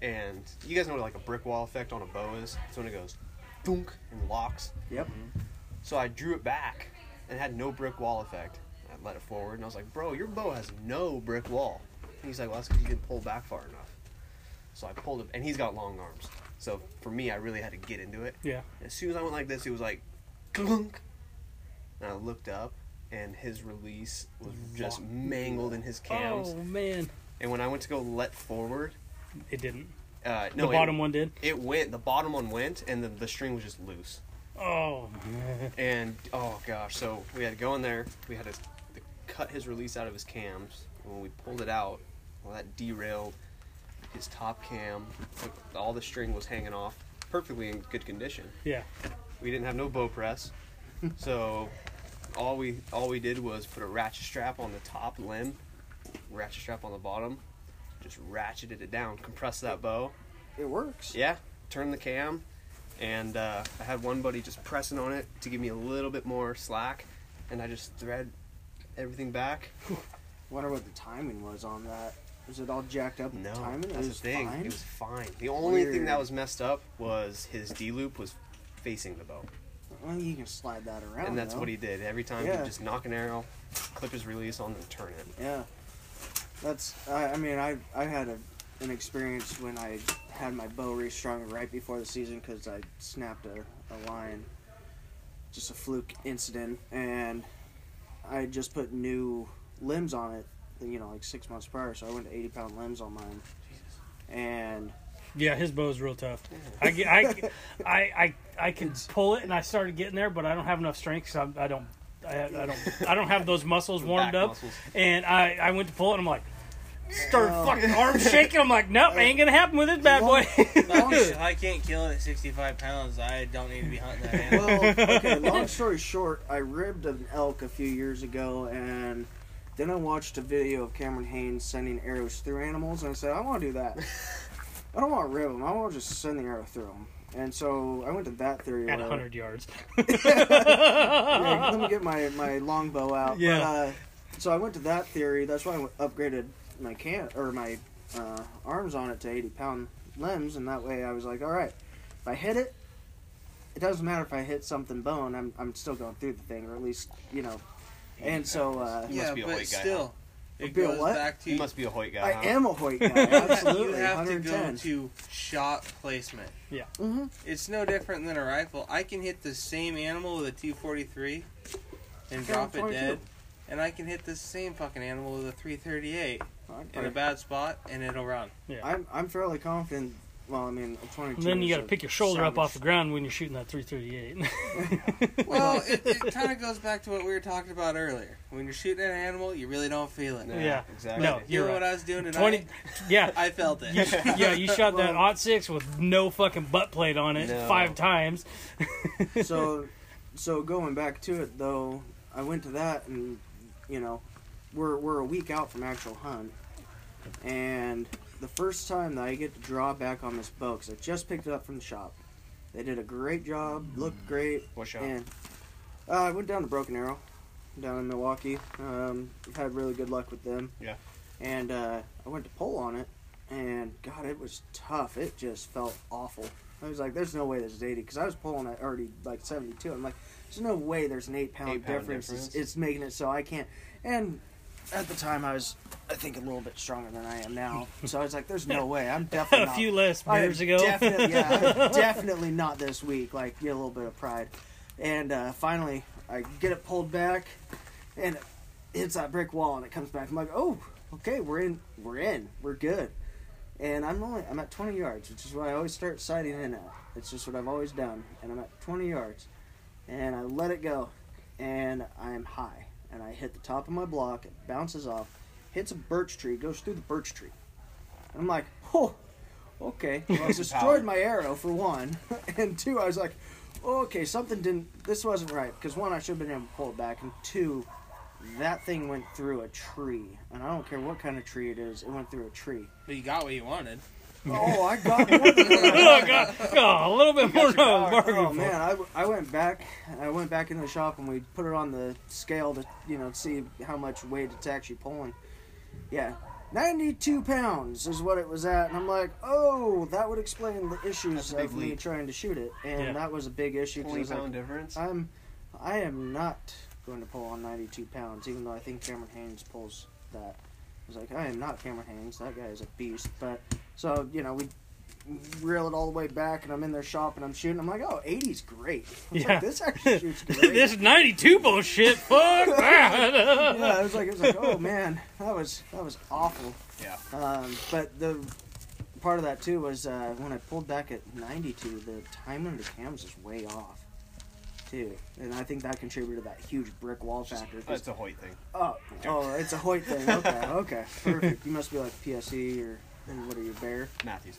F: And you guys know what like a brick wall effect on a bow is? It's when it goes thunk and locks.
B: Yep.
F: Mm-hmm. So I drew it back and it had no brick wall effect. I let it forward and I was like, bro, your bow has no brick wall. And he's like, well, that's because you didn't pull back far enough. So I pulled it, and he's got long arms. So for me, I really had to get into it.
B: Oh,
A: Yeah.
F: As soon as I went like this, it was like, clunk. And I looked up, and his release was just mangled in his cams.
A: Oh man,
F: And when I went to go let forward,
A: it didn't.
F: uh, no,
A: the
F: it-
A: bottom one did.
F: it went. The bottom one went, and the, the string was just loose.
A: Oh,
F: And oh gosh, so we had to go in there. We had to cut his release out of his cams. And when we pulled it out, well, that derailed his top cam. All the string was hanging off, perfectly in good condition.
A: yeah.
F: We didn't have no bow press, so all we all we did was put a ratchet strap on the top limb, ratchet strap on the bottom, just ratcheted it down, compressed that bow,
B: It works.
F: yeah, turned the cam, and uh, I had one buddy just pressing on it to give me a little bit more slack, and I just thread everything back.
B: Wonder what the timing was on that. Was it all jacked up?
F: No,
B: timing? It
F: that's the
B: was
F: thing.
B: fine?
F: It was fine. The only thing that
B: Weird.
F: was messed up was his D loop was facing the bow,
B: Well, you can slide that around.
F: and that's
B: though.
F: what he did. Every time
B: Yeah.
F: he'd just knock an arrow, clip his release on, and turn it.
B: Yeah, that's. I, I mean, I I had a, an experience when I had my bow restrung right before the season because I snapped a, a line, just a fluke incident, and I had just put new limbs on it. You know, like six months prior, so I went to eighty pound limbs on mine, and
A: Yeah, his bow is real tough. I, get- I, I, I, I can pull it, and I started getting there, but I don't have enough strength. So I, I don't, I, I don't, I don't have those muscles warmed
F: Back
A: up.
F: muscles.
A: And I, I went to pull it, and I'm like, started
B: Oh.
A: fucking arm shaking. I'm like, nope, ain't gonna happen with this bad boy.
C: Long shit, I can't kill it at 65 pounds. I don't need to be hunting that animal.
B: well, okay, long story short, I ribbed an elk a few years ago, and then I watched a video of Cameron Haynes sending arrows through animals, and I said, I want to do that. I don't want to rib them. I want to just send the arrow through them. And so I went to that theory.
A: At
B: where-
A: 100 yards.
B: Yeah, let me get my, my longbow out.
A: Yeah.
B: But, uh, so I went to that theory. That's why I w- upgraded my can or my uh, arms on it to 80 pound limbs, and that way I was like, all right, if I hit it, it doesn't matter if I hit something bone. I'm I'm still going through the thing, or at least you know. And so uh,
F: You must be a
C: but
F: white guy,
C: still, it
B: Be a
C: goes
B: what?
C: back to
F: You must be a Hoyt guy.
B: I
F: huh?
B: am a Hoyt guy.
C: you
B: Absolutely,
C: have to go
B: 110.
C: to shot placement. Mm-hmm.
B: hmm
C: It's no different than a rifle. I can hit the same animal with a 243 and
B: Yeah,
C: drop it
B: 42.
C: dead, and I can hit the same fucking animal with a 338 in a bad spot and it'll run.
B: I'm I'm fairly confident. Well, I mean, a 22.
A: And then you
B: is
A: gotta
B: a
A: pick your shoulder up
B: savage-
A: off the ground when you're shooting that 338.
C: Well, it, it kind of goes back to what we were talking about earlier. When you're shooting at an animal, you really don't feel it.
A: Yeah. Yeah.
F: exactly.
A: No.
C: You
A: You're
C: know
A: right.
C: what I was doing tonight?
A: 20 yeah.
C: I felt it.
A: You, yeah, you shot that odd six with no fucking butt plate on it
F: No.
A: five times.
B: so so going back to it though, I went to that and you know, we're we're a week out from actual hunt. And the first time that I get to draw back on this bow, 'cause I just picked it up from the shop. They did a great job, looked great,
F: What shot?
B: and uh, I went down to Broken Arrow, down in Milwaukee. Um, I've had really good luck with them.
F: Yeah.
B: And uh, I went to pull on it, and God, it was tough. It just felt awful. I was like, "There's no way this is 80," because I was pulling at already like 72. I'm like, "There's no way there's an eight pound,
F: Eight pound
B: difference.
F: difference.
B: It's, it's making it so I can't." And at the time, I was, I think, a little bit stronger than I am now. So I was like, "There's no way. I'm definitely
A: a
B: not
A: few less
B: I am
A: beers ago.
B: Definitely, yeah, I'm definitely not this week. Like, get a little bit of pride. And uh, finally, I get it pulled back, and it hits that brick wall, and it comes back. I'm like, oh, okay, we're in, we're in, we're good. And I'm only, I'm at 20 yards, which is what I always start sighting in at. It's just what I've always done. And I'm at 20 yards, and I let it go, and I'm high, and I hit the top of my block. It bounces off, hits a birch tree, goes through the birch tree. I'm like, oh, okay. Well, I destroyed my arrow for one, and two, I was like, okay, something didn't. This wasn't right because one, I should have been able to pull it back, and two, that thing went through a tree, and I don't care what kind of tree it is, it went through a tree.
C: But you got what you wanted.
B: Oh, I got more than what I
A: oh, God. Oh, a little bit more. No,
B: Oh
A: Margaret.
B: man, I, I went back. I went back into the shop and we put it on the scale to you know see how much weight it's actually pulling. Yeah, ninety-two pounds is what it was at, and I'm like, oh, that would explain the issues
F: That's a
B: of
F: big
B: me
F: leap.
B: trying to shoot it, and
A: Yeah.
B: that was a big issue. 'cause I
F: Twenty
B: was like,
F: pound difference.
B: I'm, I am not going to pull on ninety-two pounds, even though I think Cameron Haynes pulls that. I was like, I am not Cameron Haynes. That guy is a beast. But so you know, we reel it all the way back, and I'm in their shop, and I'm shooting. I'm like, oh, 80's great. I was
A: Yeah.
B: like, this actually shoots great.
A: this 92 bullshit. Fuck that.
B: yeah, I was like, it was like, oh man, that was that was awful.
F: Yeah.
B: Um, but the part of that too was uh, when I pulled back at 92, the time under cams is way off. Too, and I think that contributed to that huge brick wall factor. 'cause-
F: That's a Hoyt thing.
B: Oh, oh, it's a Hoyt thing. Okay, okay, perfect. You must be like PSE or and what are you, Bear?
F: Matthews.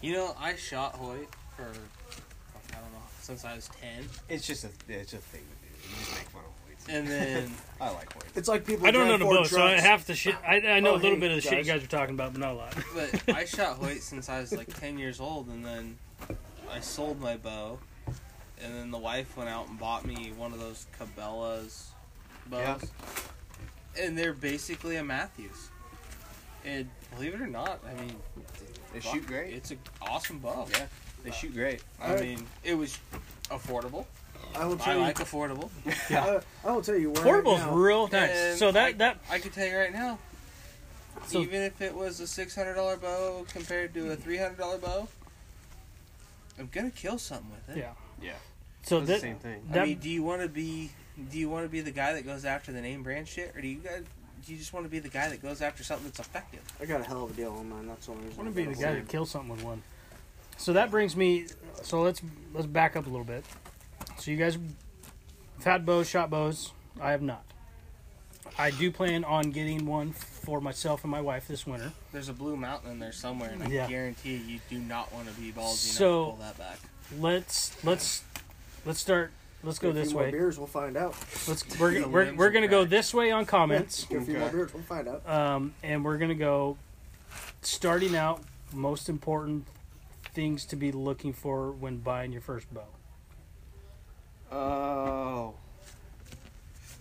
C: You know, I shot Hoyt for, I don't know, since I was 10.
F: It's just a it's just a thing to do. You just make fun of Hoyts.
C: And then
F: I like Hoyts.
B: It's like people.
A: I don't know the
B: about
A: boat, so I half the shit. I, I know a
B: Oh,
A: little
B: hey,
A: bit of the shit you
B: guys.
A: guys are talking about, but not a lot.
C: but I shot Hoyt since I was like 10 years old, and then I sold my bow, and then the wife went out and bought me one of those Cabela's bows, and they're basically a Matthews. And believe it or not, I mean,
F: They
C: fuck,
F: shoot great.
C: It's an awesome bow.
F: Yeah. They shoot great.
C: I
B: I-
C: mean, it was affordable.
B: I will
C: I
B: tell you.
C: like affordable.
B: I, I will tell you where.
A: Portable's
B: now,
A: real nice.
C: And
A: So
C: I-
A: that that
C: I can tell you right now.
A: So-
C: even if it was a six hundred dollar bow compared to a three hundred dollar bow, I'm gonna kill something with it.
A: Yeah.
F: Yeah.
A: so
F: It's
A: that
F: the same thing.
C: I
A: That-
C: mean, do you want to be do you want to be the guy that goes after the name brand shit, or do you guys do you just want to be the guy that goes after something that's effective?
B: I got a hell of a deal on mine. That's the only
A: I
B: reason.
A: want to be
B: I got
A: the
B: it.
A: guy that kills something with one. So that brings me. So let's let's back up a little bit. So you guys have had bows, shot bows. I have not. I do plan on getting one for myself and my wife this winter.
C: There's a blue mountain in there somewhere, and I
A: Yeah.
C: guarantee you do not want to be ballsy
A: So-
C: enough to pull that back.
A: Let's let's let's start. Let's go
B: Get a few
A: this
B: more
A: way.
B: Beers, we'll find out.
A: Let's we're
C: The
A: we're,
C: limbs
A: we're
C: are
A: gonna go
C: cracked.
A: this way on comments.
B: Get a few
F: Okay.
B: more beers, we'll find out.
A: um, and we're gonna go starting out most important things to be looking for when buying your first bow
F: Oh.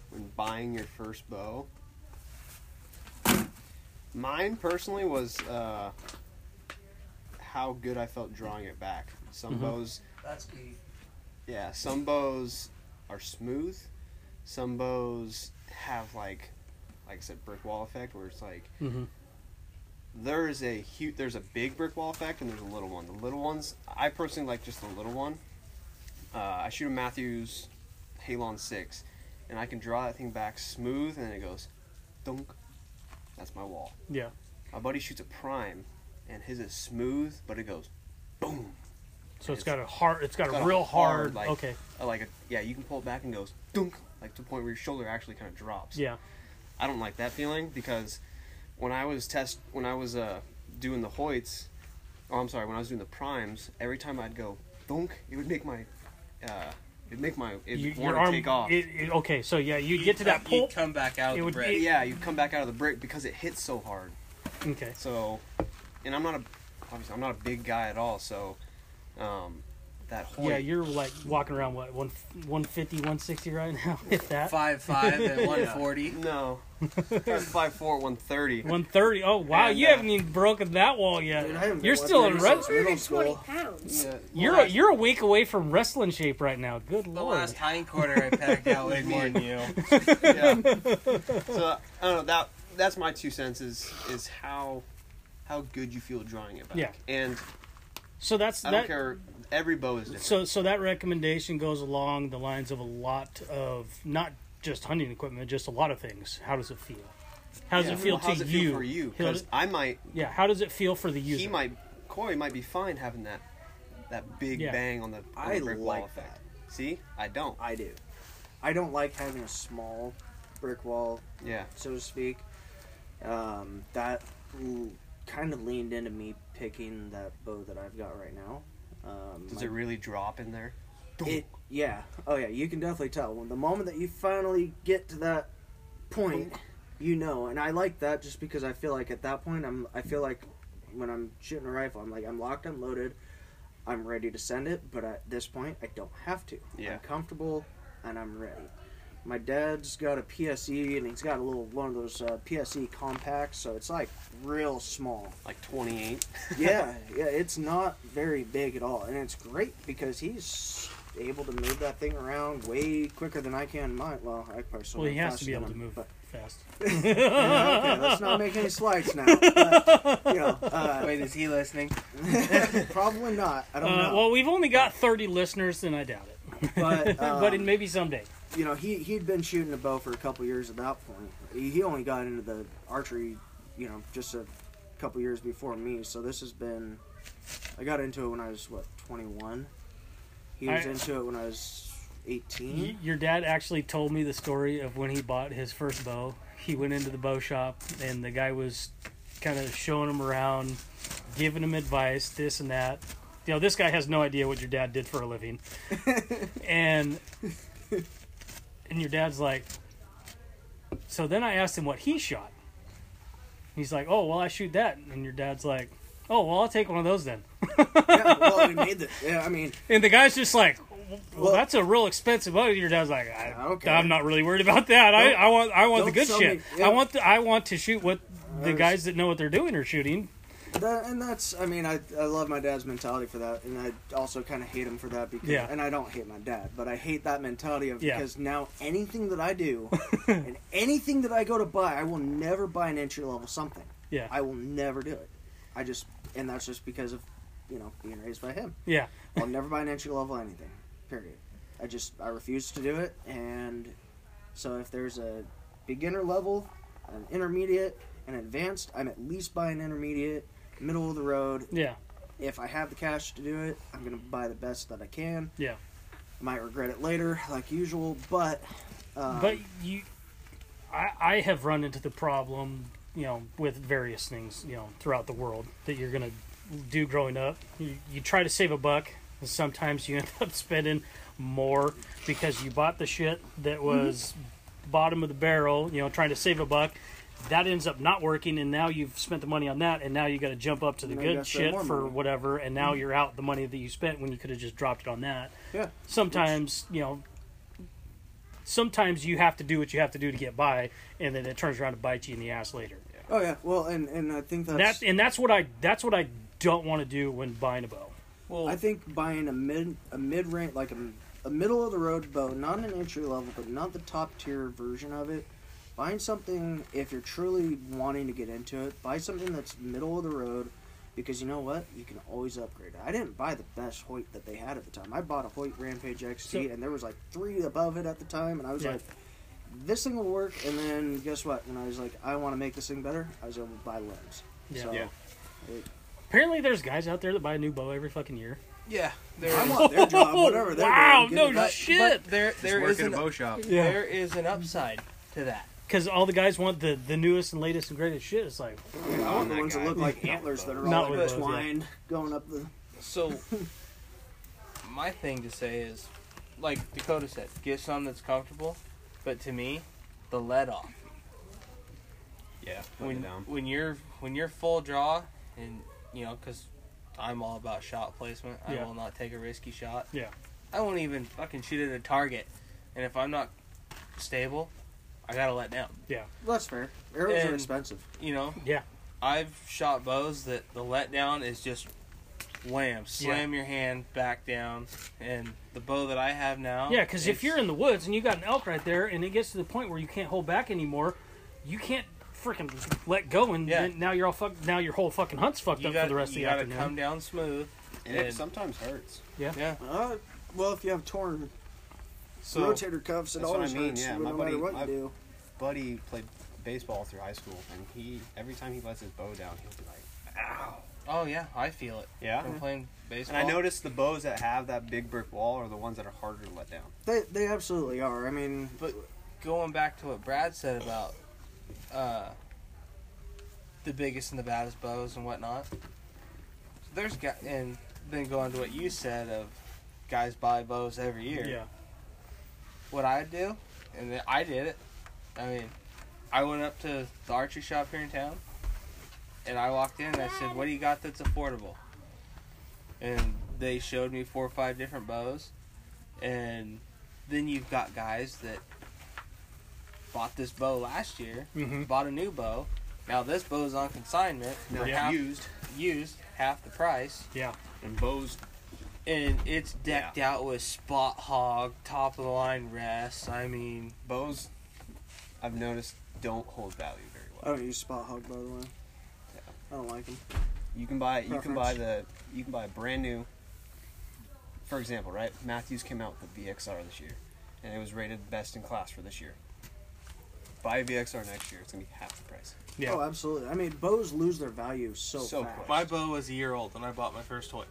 F: When buying your first bow. Mine personally was uh, how good I felt drawing it back. Some
A: Mhm.
F: bows,
E: That's key.
F: yeah, some bows are smooth. Some bows have like, like I said, brick wall effect, where it's like
A: mm-hmm.
F: there is a huge, there's a big brick wall effect and there's a little one. The little ones, I personally like just the little one. Uh, I shoot a Matthews Halon six, and I can draw that thing back smooth, and it goes, dunk. That's my wall.
A: Yeah.
F: My buddy shoots a prime, and his is smooth, but it goes, boom.
A: so it's
F: It's-
A: got a hard it's got,
F: it's got
A: a
F: a
A: real hard,
F: hard, like-
A: okay
F: Uh, Like a, yeah, you can pull it back and goes, dunk, like to the point where your shoulder actually kind of drops.
A: yeah
F: I don't like that feeling because when I was test when I was uh doing the Hoyts, oh I'm sorry, when I was doing the primes, every time I'd go thunk, it would make my uh it'd make my it'd
A: You-
F: want to take off.
A: it- it- okay so yeah you,
C: You'd
A: get to
C: co-
A: that pull
C: You'd come back out
A: it
C: of the
A: would-
C: break.
A: it-
F: yeah, you come back out of the brick because it hits so hard.
A: okay
F: So, and I'm not a obviously I'm not a big guy at all. So, um, that Hoyt,
A: yeah you're like walking around what one 150 160 right now if that
C: Five five at one forty.
F: no, I'm five four one thirty.
A: 130 oh wow
F: And,
A: you
F: uh,
A: haven't even broken that wall yet
B: Dude, I haven't been
A: you're still in
B: watching
A: red
B: this middle school.
G: pounds.
F: Yeah,
A: you're a, you're a week away from wrestling shape right now good
C: The
A: lord
C: last hindquarter I packed out weighed more than you.
F: yeah. So I don't know. That that's my two cents is is how how good you feel drawing it back.
A: Yeah.
F: And
A: so that's
F: I
A: that
F: don't care. Every bow is different.
A: So, so that recommendation goes along the lines of a lot of not just hunting equipment, just a lot of things. How does it feel? How does
F: Yeah.
A: it feel
F: Well, how's
A: to
F: it
A: you?
F: Feel for you,
A: How
F: because
A: does-
F: I might.
A: yeah, how does it feel for the user?
F: He might. Corey might be fine having that that big
A: Yeah.
F: bang on the, on
B: I
F: the brick
B: like
F: wall effect. See, I don't.
B: I do. I don't like having a small brick wall,
F: Yeah.
B: so to speak. Um, that l- kind of leaned into me picking that bow that I've got right now. Um,
F: Does
B: my
F: it really drop in there?
B: It, yeah. Oh yeah, you can definitely tell when the moment that you finally get to that point, you know. And I like that just because I feel like at that point I'm I feel like when I'm shooting a rifle, I'm like I'm locked, I'm loaded, I'm ready to send it, but at this point I don't have to.
F: Yeah.
B: I'm comfortable and I'm ready. My dad's got a PSE and he's got a little one of those uh, PSE compacts, so it's like real small
F: Like 28.
B: yeah, yeah, it's not very big at all, and it's great because he's able to move that thing around way quicker than I can. Mine, well, I probably still
A: well,
B: move
A: he has
B: faster
A: to be
B: than
A: able to
B: him,
A: move
B: But,
A: fast.
B: yeah, okay, let's not make any slides now. But, you know, uh,
C: Wait, is he listening?
B: probably not. I don't
A: Uh,
B: know.
A: well, we've only got 30 listeners, and I doubt it.
B: but um,
A: but it, maybe someday.
B: you know, he he'd been shooting a bow for a couple years at that point. He, he only got into the archery, you know, just a couple years before me. So this has been. I got into it when I was what 21. He was
A: I-
B: into it when I was 18.
A: Y- Your dad actually told me the story of when he bought his first bow. He went into the bow shop, and the guy was kind of showing him around, giving him advice, this and that. You know, this guy has no idea what your dad did for a living, and and your dad's like. So then I asked him what he shot. He's like, "Oh, well, I shoot that," and your dad's like, "Oh, well, I'll take one of those then."
B: yeah, well, we made the. Yeah, I mean,
A: And the guy's just like, well,
B: Well-
A: that's a real expensive boat. Your dad's like, I,
B: Okay.
A: I'm not really worried about that. I,
B: Don't-
A: I want, I want the
B: don't
A: good
B: sell
A: shit.
B: me- yeah.
A: I want, the, I want to shoot what the
B: There's-
A: guys that know what they're doing are shooting.
B: that, and that's. I mean, I, I love my dad's mentality for that, and I also kind of hate him for that because.
A: Yeah.
B: And I don't hate my dad, but I hate that mentality of
A: Yeah.
B: because now anything that I do, and anything that I go to buy, I will never buy an entry level something.
A: Yeah,
B: I will never do it. I just, and that's just because of, you know, being raised by him.
A: yeah,
B: I'll never buy an entry level anything. Period. I just, I refuse to do it. And so if there's a beginner level, an intermediate, an advanced, I'm at least buying intermediate, middle of the road.
A: yeah,
B: If I have the cash to do it, I'm gonna buy the best that I can.
A: Yeah.
B: Might regret it later, like usual, but. Um,
A: but you, I, I have run into the problem, you know, with various things, you know, throughout the world that you're gonna do growing up. You, you try to save a buck, and sometimes you end up spending more because you bought the shit that
B: Mm-hmm.
A: was bottom of the barrel, you know, trying to save a buck. That ends up not working, and now you've spent the money on that, and now you got to jump up to the
B: Now you
A: good
B: gotta spend
A: shit
B: more
A: for
B: money. Mm-hmm.
A: whatever, and now you're out the money that you spent when you could have just dropped it on that.
B: Yeah.
A: Sometimes, you know, sometimes you have to do what you have to do to get by, and then it turns around to bite you in the ass later.
B: Oh yeah. Well, and and I think that's.
A: That's and that's what I that's what I don't want to do when buying a bow.
C: Well,
B: I think buying a mid a mid range like a, a middle of the road bow, not an entry level, but not the top tier version of it. Buying something if you're truly wanting to get into it, buy something that's middle of the road, because you know what, you can always upgrade. it. I didn't buy the best Hoyt that they had at the time. I bought a Hoyt Rampage XT,
A: So-
B: and there was like three above it at the time, and I was
A: Yeah.
B: like, this thing will work. And then guess what? When I was like, I want to make this thing better, I was able to buy limbs.
A: Yeah.
B: So,
F: Yeah.
A: Apparently, there's guys out there that buy a new bow every fucking year.
C: yeah, there
B: I
C: is.
B: want their job, whatever. they're
A: Wow,
B: doing, give
A: no
B: me that.
A: shit.
C: But there,
F: Just
C: there
F: work
C: is
F: at a
C: an,
F: bow shop.
A: Yeah.
C: there is an upside to that.
A: Because all the guys want the, the newest and latest and greatest shit. It's like,
B: I want the
F: that
B: ones
F: guy.
B: that look like
F: Yeah.
B: antlers that are
A: Not
B: all
A: with
B: like
A: those, yeah.
B: twined going up the.
C: So, my thing to say is, like Dakota said, get some that's comfortable. But to me, the let off
F: Yeah, put it
C: when
F: down.
C: when you're when you're full draw and you know because I'm all about shot placement. I
A: Yeah.
C: will not take a risky shot.
A: Yeah.
C: I won't even fucking shoot at a target, and if I'm not stable, I gotta let down.
B: That's fair. Arrows
C: And-
B: are expensive.
C: You know.
A: Yeah.
C: I've shot bows that the letdown is just wham, slam your hand back down, and the bow that I have now.
A: yeah, because if
C: it's-
A: you're in the woods and you got an elk right there, and it gets to the point where you can't hold back anymore, you can't freaking let go, and
C: Yeah.
A: then now you're all fucked. Now your whole fucking hunt's fucked
C: you
A: up
C: gotta,
A: for the rest of
C: you
A: the
C: gotta
A: afternoon.
C: come down smooth.
F: And
C: And-
F: it sometimes hurts.
C: Yeah.
B: Uh, well, if you have torn
C: So
B: rotator cuffs, it
F: That's what I
B: always
F: mean,
B: hurts
F: yeah,
B: no
F: my
B: matter
F: buddy-
B: what you
F: I've-
B: do.
F: Buddy played baseball through high school, and he every time he lets his bow down, he'll be like, "Ow."
C: oh yeah, I feel it.
F: Yeah.
C: I'm playing baseball.
F: And I noticed the bows that have that big brick wall are the ones that are harder to let down.
B: They, they absolutely are. I mean,
C: But going back to what Brad said about uh, the biggest and the baddest bows and whatnot, there's guy and then going to what you said of guys buy bows every year.
A: Yeah,
C: what I do, and then I did it. I mean, I went up to the archery shop here in town, and I walked in and I said, "What do you got that's affordable?" And they showed me four or five different bows, and then you've got guys that bought this bow last year,
A: Mhm.
C: bought a new bow. Now this bow's on consignment,
F: Now
C: for half,
F: used
C: used half the price,
A: yeah,
F: and bows.
C: and it's decked out with spot hog, top of the line rests. I mean,
F: Bows, I've noticed, don't hold value very
B: I
F: well.
B: don't use spot hog by the way. I don't like them.
F: You can buy you can
B: Preference.
F: buy the you can buy a brand new. For example, right, Matthews came out with the VXR this year, and it was rated best in class for this year. Buy a VXR next year; it's gonna be half the price.
A: yeah.
C: uh
B: Oh, absolutely. I mean, bows lose their value so,
F: So
B: fast.
F: quick.
C: My bow was a year old when I bought my first toy.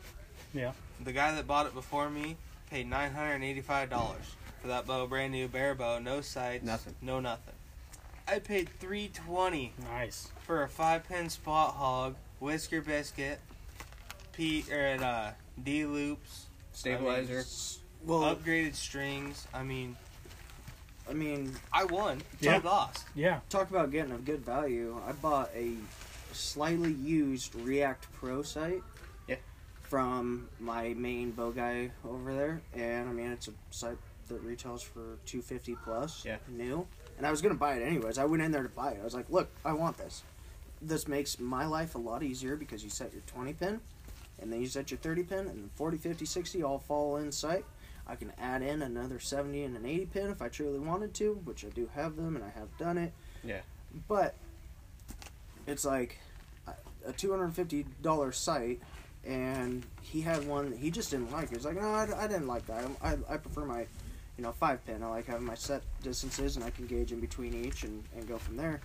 A: Yeah.
C: The guy that bought it before me paid nine hundred and eighty-five dollars for that bow, brand new bare bow, no sights,
F: Nothing.
C: no nothing. I paid three twenty
A: nice.
C: for a five-pin spot hog, whisker biscuit, P or uh, D loops,
F: Stabilizer.
B: Well,
C: upgraded strings. I mean,
B: I mean,
C: I won.
A: Yeah.
C: I lost.
A: Yeah,
B: talk about getting a good value. I bought a slightly used React Pro site.
F: Yeah.
B: From my main bow guy over there, and I mean it's a site that retails for two fifty plus.
F: Yeah.
B: New, and I was gonna buy it anyways. I went in there to buy it. I was like, look, I want this. This makes my life a lot easier because you set your twenty pin, and then you set your thirty pin, and then 40, 50, 60 all fall in sight. I can add in another 70 and an 80 pin if I truly wanted to, which I do have them and I have done it.
F: Yeah.
B: But it's like a $250 site, and he had one that he just didn't like. He was like, no, I, I didn't like that. I, I, I prefer my, you know, five pin. I like having my set distances and I can gauge in between each and, and go from there.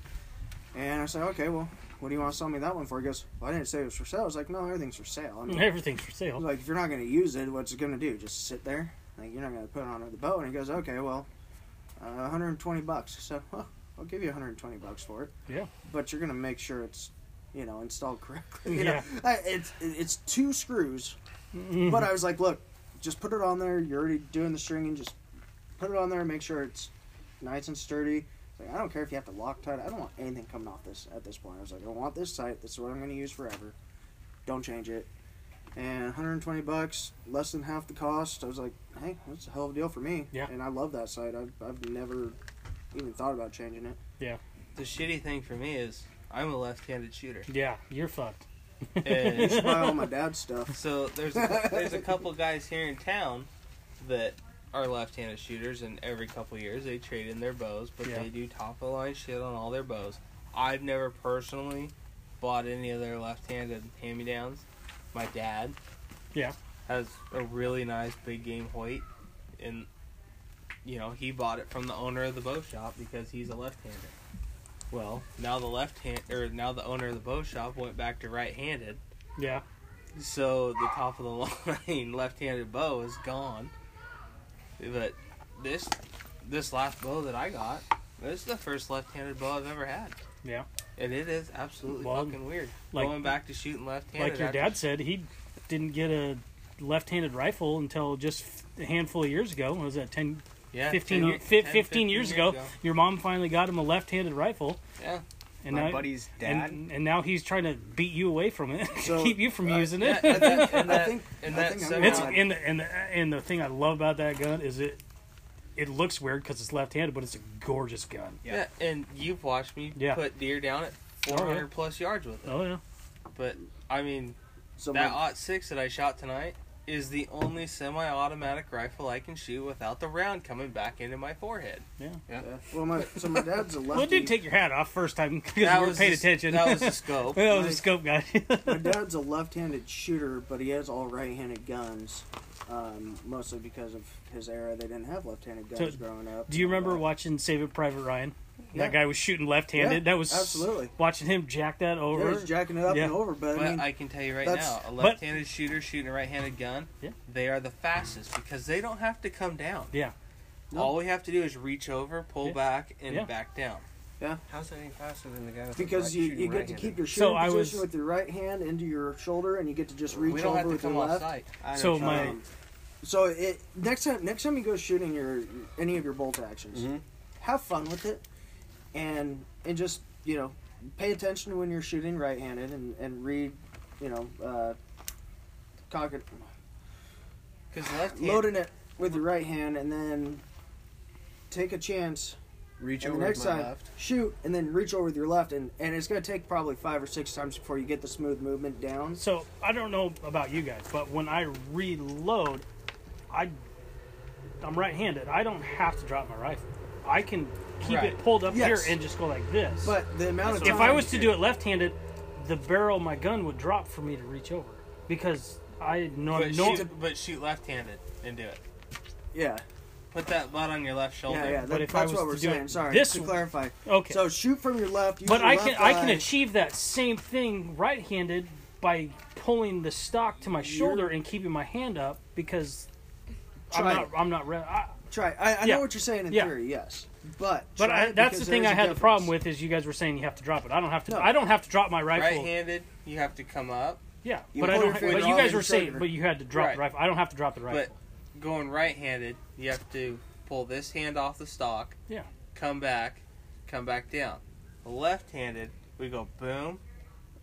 B: And I said, okay, well, what do you want to sell me that one for? He goes, well, I didn't say it was for sale. I was like, no, everything's for sale. I mean,
A: everything's for
B: I
A: sale.
B: was like, if you're not going to use it, what's it going to do? Just sit there? Like, you're not going to put it on the boat? And he goes, okay, well, uh, 120 bucks. So, huh, I'll give you 120 bucks for it.
A: Yeah.
B: But you're gonna make sure it's, you know, installed correctly. You
A: Yeah. Mm-hmm.
B: know, I, it's it's two screws. But I was like, look, just put it on there. You're already doing the stringing. Just put it on there. Make sure it's nice and sturdy. Like I don't care if you have to Loctite. I don't want anything coming off this at this point. I was like, I want this site. This is what I'm gonna use forever. Don't change it. And 120 bucks, less than half the cost. I was like, hey, that's a hell of a deal for me.
A: Yeah.
B: And I love that site. I've, I've never even thought about changing it.
C: The shitty thing for me is I'm a left-handed shooter.
A: yeah, you're fucked.
B: You
C: And
B: should buy all my dad's stuff.
C: so there's a, there's a couple guys here in town that are left-handed shooters, and every couple years they trade in their bows, but
A: Yeah.
C: they do top-of-the-line shit on all their bows. I've never personally bought any of their left-handed hand-me-downs. My dad,
A: Yeah.
C: has a really nice big game Hoyt, and you know he bought it from the owner of the bow shop because he's a left-hander. Well, now the left hand or now the owner of the bow shop went back to right-handed.
A: Yeah.
C: So the top of the line left-handed bow is gone. But this this last bow that I got, this is the first left-handed bow I've ever had.
A: Yeah.
C: And it is absolutely
A: Well,
C: fucking weird.
A: like-
C: Going back to shooting left-handed.
A: Like your
C: after-
A: dad said, he didn't get a left-handed rifle until just a handful of years ago. What was that 10,
C: yeah,
A: 15,
C: 10
A: year-
C: year-
A: fif-
C: 10,
A: 15 years, ago, Your mom finally got him a left-handed rifle.
C: Yeah.
A: And
F: my
A: now,
F: buddy's dad.
A: and, and now he's trying to beat you away from it,
B: So,
A: keep you from using it.
C: Yeah, and that, and
B: I
C: that-
B: think-
C: and
B: I
C: that
B: think I'm
C: semi-
A: It's
B: God.
A: and the, and the, and the thing I love about that gun is it it looks weird because it's left-handed, but it's a gorgeous gun.
C: yeah. and you've watched me
A: Yeah.
C: put deer down at
A: Oh, yeah.
C: 400 plus yards with it.
A: Oh yeah,
C: But I mean,
B: So
C: that
B: my-
C: aught six that I shot tonight is the only semi-automatic rifle I can shoot without the round coming back into my forehead.
B: yeah. well, my so my dad's a lefty.
A: well, it did take your hat off first time because you
C: That
A: were
C: was
A: paid
C: the s-
A: attention.
C: That was the scope.
A: that was a scope guy.
B: my dad's a left-handed shooter, but he has all right-handed guns, um, mostly because of his era. They didn't have left-handed guns growing up.
A: Do you remember
B: why?
A: watching Saving Private Ryan?
B: Yeah.
A: That guy was shooting left-handed.
B: Yeah,
A: that was
B: absolutely.
A: watching him jack that
B: Yeah,
A: over.
B: he's jacking it up
A: Yeah.
B: and over, but
C: But
B: I mean,
C: I can tell you right
B: that's-
C: now, a
A: but-
C: left-handed shooter shooting a right-handed gun,
A: Yeah.
C: they are the fastest because they don't have to come down.
A: Yeah.
B: No.
C: All we have to do is reach over, pull
A: Yeah.
C: back, and
A: Yeah.
C: back down.
F: How's that any faster than the guy? With
B: because
F: the
B: you, you get to keep your
A: So
B: shooting
A: I
B: position
A: was-
B: with your right hand into your shoulder, and you get to just reach
C: we don't
B: over
C: have to
B: with
C: come
B: your
C: off
B: left.
C: site.
A: So my
B: Um, so it next time next time you go shooting your any of your bolt actions,
F: Mhm.
B: have fun with it, and and just you know pay attention when you're shooting right-handed and and read you know uh, cock it,
C: Because left
B: loading it with your right hand and then take a chance
F: reach
B: and
F: over
B: the next
F: with my
B: time
F: left.
B: shoot and then reach over with your left and and it's gonna take probably five or six times before you get the smooth movement down.
A: So I don't know about you guys, but when I reload, I I'm right-handed. I don't have to drop my rifle. I can keep
C: Right.
A: it pulled up
B: Yes.
A: here and just go like this.
B: But the amount of
A: if
B: time
A: I was to do it left-handed, the barrel of my gun would drop for me to reach over because I know
C: But,
A: no,
C: shoot, but shoot left-handed and do it.
B: yeah
C: Put that butt on your left shoulder.
B: yeah yeah
A: But
B: that-
A: if I
B: that's
A: was
B: what we're
A: to do it
B: saying. Sorry,
A: this
B: to
A: way-
B: clarify.
A: okay.
B: So shoot from your left. Use
A: but
B: your
A: I can
B: left
A: I can
B: eye.
A: achieve that same thing right-handed by pulling the stock to my shoulder and keeping my hand up because I'm
B: Try
A: not
B: it.
A: I'm not re- I,
B: Try. I, I
A: Yeah.
B: know what you're saying in
A: Yeah.
B: theory, yes, but
A: But
B: try
A: I,
B: it
A: that's the
B: because
A: thing
B: there's
A: I
B: a
A: had the problem
B: difference.
A: with is you guys were saying you have to drop it. I don't have to.
B: No.
A: I don't have to drop my rifle.
C: Right-handed, you have to come up.
A: yeah,
B: You
A: but I
B: pull
A: don't.
B: your
A: Have,
B: finger
A: but you
B: off
A: guys
B: and
A: were saying,
B: shoulder.
A: but you had to drop
C: Right.
A: the rifle. I don't have to drop the
C: But
A: rifle.
C: going right-handed, you have to pull this hand off the stock.
A: Yeah.
C: Come back, come back down. Left-handed, we go boom,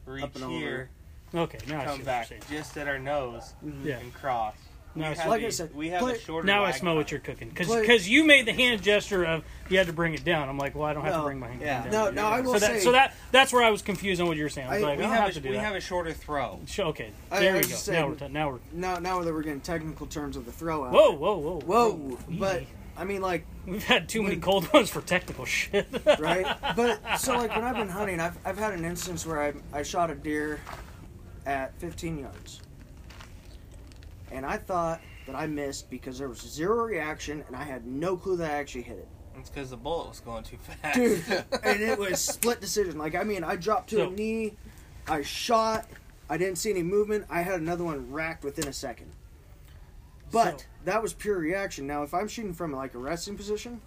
C: reach
B: Up and over.
C: here,
A: okay, now I see what
C: come
A: you're
C: back
A: saying.
C: just at our nose
B: Mm-hmm.
A: Yeah.
C: and cross.
A: Now I
C: we
A: see-
C: have,
B: Like
C: the-
B: I said,
C: we have
B: play-
C: a shorter.
A: Now I
C: lag
A: smell what
C: time.
A: you're cooking because
B: Play-
A: you made the hand gesture of you had to bring it down. I'm like, well, I don't have to
B: No.
A: bring my hand
C: Yeah.
A: down.
B: No, no, I will
A: so
B: say.
A: that so that that's where I was confused on what you were saying. I was
B: I-
A: like,
C: We,
A: I don't
C: have,
A: have
C: a,
A: to do
C: we
A: that.
C: have a shorter throw.
A: Sh- okay,
B: I-
A: there
B: I
A: we
B: was
A: go.
B: just
A: Now
B: saying-
A: we're t- now we're
B: now, now that we're getting technical terms of the throw out.
A: whoa whoa whoa
B: Whoa! But
A: Easy.
B: I mean, like,
A: we've had too many cold ones for technical shit.
B: right? but so, like, when I've been hunting, I've, I've had an instance where I I shot a deer at 15 yards, and I thought that I missed because there was zero reaction, and I had no clue that I actually hit it,
C: It's because the bullet was going too fast.
B: dude. and it was split decision. Like, I mean, I dropped to
A: So-
B: a knee, I shot, I didn't see any movement. I had another one racked within a second. But
A: So-
B: that was pure reaction. Now, if I'm shooting from like a resting position,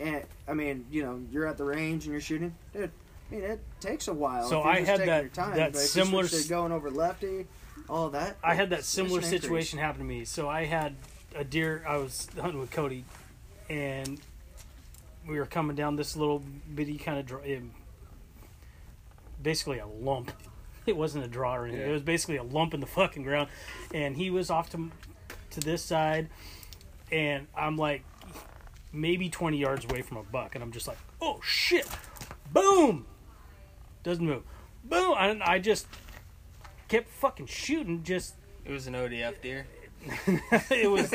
B: and I mean, you know, you're at the range and you're shooting, dude. I mean, it takes a while.
A: So
B: if you're
A: I
B: just
A: had
B: taking
A: that-
B: your time,
A: that
B: but if you
A: similar
B: switch to
A: s-
B: going over lefty, all that.
A: I had that
B: it's-
A: similar
B: it's an increase.
A: situation happen to me. So I had a deer. I was hunting with Cody, and we were coming down this little bitty kind of dr- um, basically a lump. It wasn't a draw or anything.
F: Yeah.
A: It was basically a lump in the fucking ground, and he was off to m- to this side, and I'm like maybe 20 yards away from a buck, and I'm just like, oh shit, boom, doesn't move, boom, and I just kept fucking shooting, just
C: It was an ODF deer.
A: it was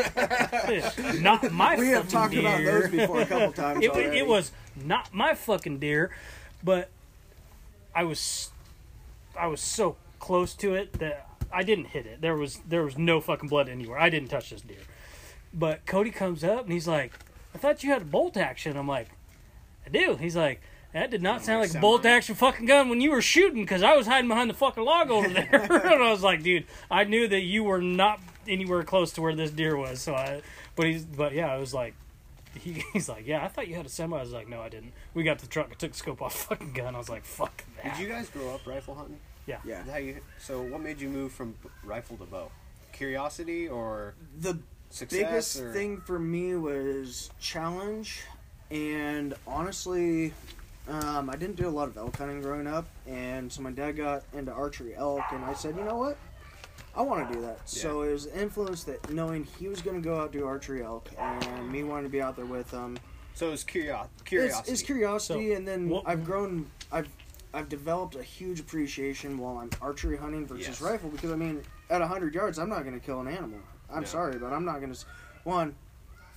A: not my
B: We
A: fucking
B: have talked
A: deer.
B: about those before a couple times.
A: it, wa-
B: already.
A: it was not my fucking deer, but I was I was so close to it that I didn't hit it. There was there was no fucking blood anywhere. I didn't touch this deer. But Cody comes up and he's like, "I thought you had a bolt action." I'm like, "I do." He's like, "That did not sound like a bolt action fucking gun when you were shooting because I was hiding behind the fucking log over there." and I was like, "Dude, I knew that you were not anywhere close to where this deer was." So I, but he's but yeah, I was like he, he's like, yeah, I thought you had a semi. I was like, no, I didn't. We got to the truck, I took the scope off the fucking gun. I was like, fuck that.
F: Did you guys grow up rifle hunting?
A: Yeah.
B: Yeah.
F: Is that How you, so what made you move from b- rifle to bow? Curiosity or
B: the
F: success?
B: biggest
F: or-
B: thing for me was challenge and honestly um, i didn't do a lot of elk hunting growing up and so my dad got into archery elk and i said you know what i want to do that so it was influenced that knowing he was going to go out do archery elk and me wanting to be out there with him
F: So it's curio-
B: it's,
F: curiosity.
B: it's curiosity and then
A: what-
B: i've grown i've i've developed a huge appreciation while i'm archery hunting versus
F: Yes.
B: rifle because i mean at 100 yards i'm not going to kill an animal i'm
F: No.
B: sorry but i'm not going to one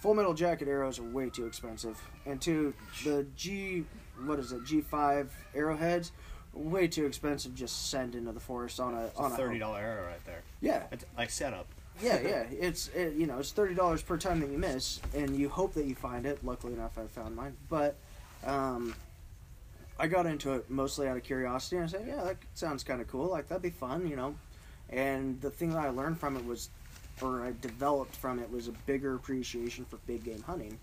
B: full metal jacket arrows are way too expensive and two the g what is it g5 arrowheads way too expensive just send into the forest on a
F: It's
B: on
F: a thirty dollar arrow right there.
B: yeah
F: It's like setup.
B: yeah, yeah. It's it, you know it's thirty dollars per time that you miss, and you hope that you find it. Luckily enough, I found mine. But um, I got into it mostly out of curiosity, and I said, "Yeah, that sounds kind of cool. Like that'd be fun," you know. And the thing that I learned from it was, or I developed from it, was a bigger appreciation for big game hunting,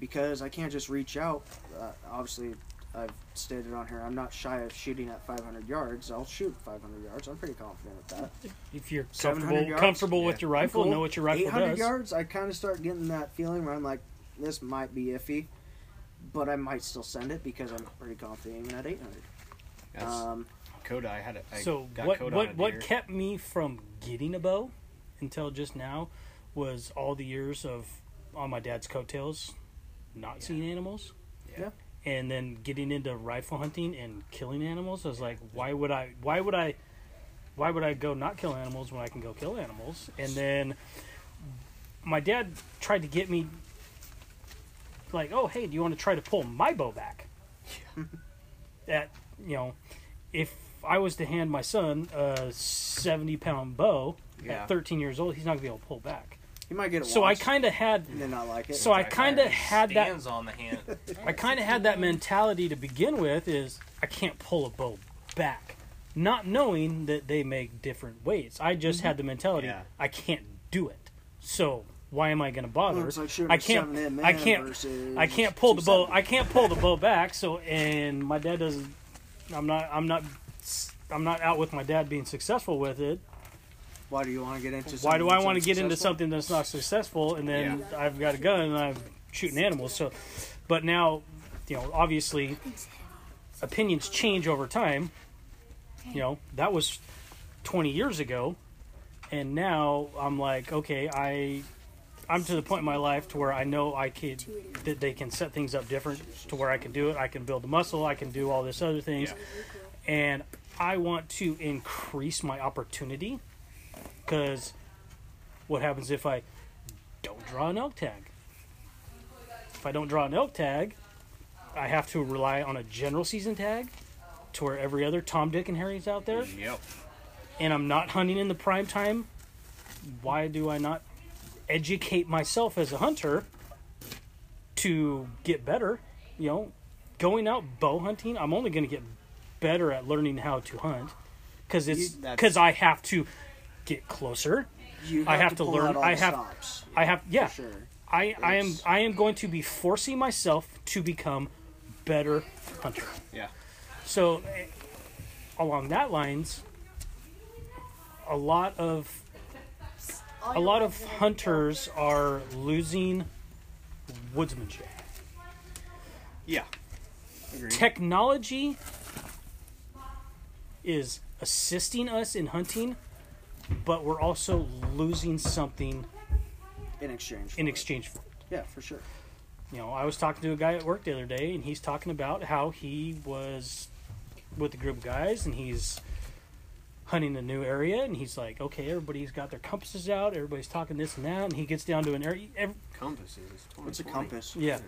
B: because I can't just reach out. Uh, obviously, I've stated on here, I'm not shy of shooting at 500 yards. I'll shoot 500 yards. I'm pretty confident at that.
A: If you're
B: 700
A: comfortable
B: yards?
A: comfortable with
F: Yeah.
A: your rifle,
B: Cool.
A: know what your rifle
B: 800
A: does.
B: yards, I kind of start getting that feeling where I'm like, this might be iffy, but I might still send it because I'm pretty confident even at 800.
F: That's
B: Um,
F: Coda. I had. A, I
A: so
F: got
A: what
F: Coda on a
A: what what
F: deer.
A: kept me from getting a bow until just now was all the years of on my dad's coattails, not seeing animals.
F: Yeah.
A: And then getting into rifle hunting and killing animals, I was like, why would I? Why would I? Why would I go not kill animals when I can go kill animals? And then my dad tried to get me, like, oh hey, do you want to try to pull my bow back? that you know, if I was to hand my son a seventy-pound bow
F: Yeah.
A: at thirteen years old, he's not gonna be able to pull back.
B: you might get it
A: So I
B: once
A: kind of had,
B: and then not like it.
A: so I kind of
C: It
A: had that
C: stands on the hand.
A: I kind of had that mentality to begin with is I can't pull a bow back, not knowing that they make different weights. I just
B: Mm-hmm.
A: had the mentality
F: Yeah.
A: I can't do it. So why am I going to bother?
B: Well, it's like shooting
A: I
B: a
A: can't.
B: 7mm
A: I can't.
B: versus
A: I can't pull the bow.
B: 270.
A: I can't pull the bow back. So and my dad doesn't. I'm not. I'm not. I'm not out with my dad being successful with it.
B: Why do you want to get into?
A: Why
B: something
A: do I
B: that's
A: want to get into
B: unsuccessful?
A: something that's not successful? And then I've got a gun and I'm shooting animals. So, but now, you know, obviously, opinions change over time. You know, that was 20 years ago, and now I'm like, okay, I, I'm to the point in my life to where I know I could that they can set things up different to where I can do it. I can build the muscle. I can do all this other things, and I want to increase my opportunity because what happens if I don't draw an elk tag? If I don't draw an elk tag, I have to rely on a general season tag to where every other Tom, Dick, and Harry's out there,
F: Yep.
A: and I'm not hunting in the prime time. Why do I not educate myself as a hunter to get better? You know, going out bow hunting, I'm only going to get better at learning how to hunt because it's
F: You- that's-
A: because I have to get closer.
B: You
A: I have to
B: pull
A: learn-
B: out all
A: I
B: the
A: have-
B: Stops,
A: I have yeah.
B: for sure.
A: I, I am
B: It's-
A: I am going to be forcing myself to become better hunter.
F: Yeah.
A: So eh, along that lines, a lot of a lot of hunters are losing woodsmanship.
F: Yeah. Agreed.
A: Technology is assisting us in hunting, but we're also losing something
B: in exchange. for
A: in
B: it.
A: exchange for it.
B: Yeah, for sure.
A: You know, I was talking to a guy at work the other day, and he's talking about how he was with a group of guys, and he's hunting a new area, and he's like, okay, everybody's got their compasses out, everybody's talking this and that, and he gets down to an area. ev-
F: Compasses.
B: It's a compass.
A: yeah.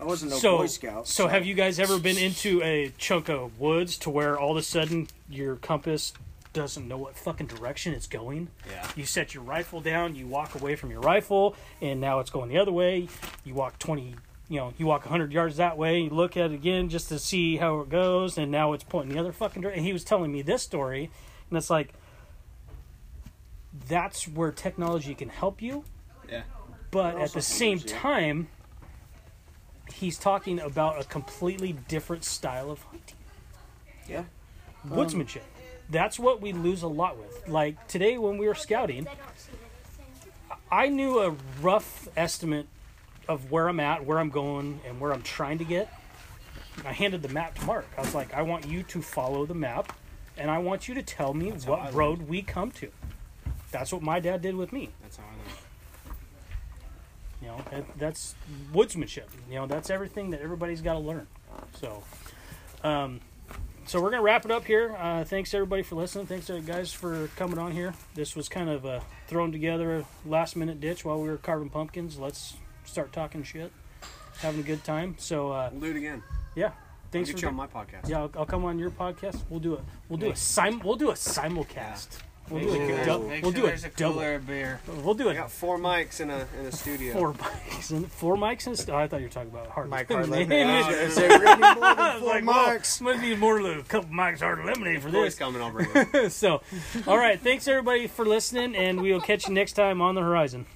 B: I wasn't no
A: so,
B: Boy Scout.
A: so have you guys ever been into a chunk of woods to where all of a sudden your compass doesn't know what fucking direction it's going?
F: Yeah.
A: You set your rifle down, you walk away from your rifle, and now it's going the other way. You walk 20, you know, you walk 100 yards that way, you look at it again just to see how it goes, and now it's pointing the other fucking direction. And he was telling me this story, and it's like, that's where technology can help you.
F: Yeah.
A: But at
B: also
A: the same
B: hinders you.
A: time, he's talking about a completely different style of hunting.
B: Yeah.
F: Um,
A: Woodsmanship. That's what we lose a lot with. Like today when we were scouting, I knew a rough estimate of where I'm at, where I'm going, and where I'm trying to get. I handed the map to Mark. I was like, I want you to follow the map, and I want you to tell me
F: how I
A: what road we come to. That's what my dad did with me.
F: That's how I know.
A: You know, that, that's woodsmanship. You know, that's everything that everybody's got to learn. So, um, so we're gonna wrap it up here. Uh, thanks everybody for listening. Thanks uh, guys for coming on here. This was kind of a thrown together last minute ditch while we were carving pumpkins. Let's start talking shit, having a good time. So, uh,
F: We'll do it again.
A: yeah,
F: I'll
A: thanks
F: get
A: for
F: you on my podcast.
A: yeah. I'll, I'll come on your podcast. We'll do it. We'll do a sim. We'll do a simulcast. We'll do
C: Make
A: a
C: sure-
A: dou-
C: make
A: We'll
C: sure
A: do a
C: there's a
A: double.
C: cooler beer.
A: We'll do
F: I
A: it.
F: got four mics in a in a studio.
A: Four mics and four mics and stuff. I thought you were talking about hard
B: Mike
F: Hardlip.
B: Is it really more than
A: I was
B: four
A: like, well,
B: marks?
A: must need more than a couple mics hard to eliminate for
F: Always
A: this.
F: coming. I'll bring it.
A: so, all right, thanks everybody for listening, and we will catch you next time on the horizon.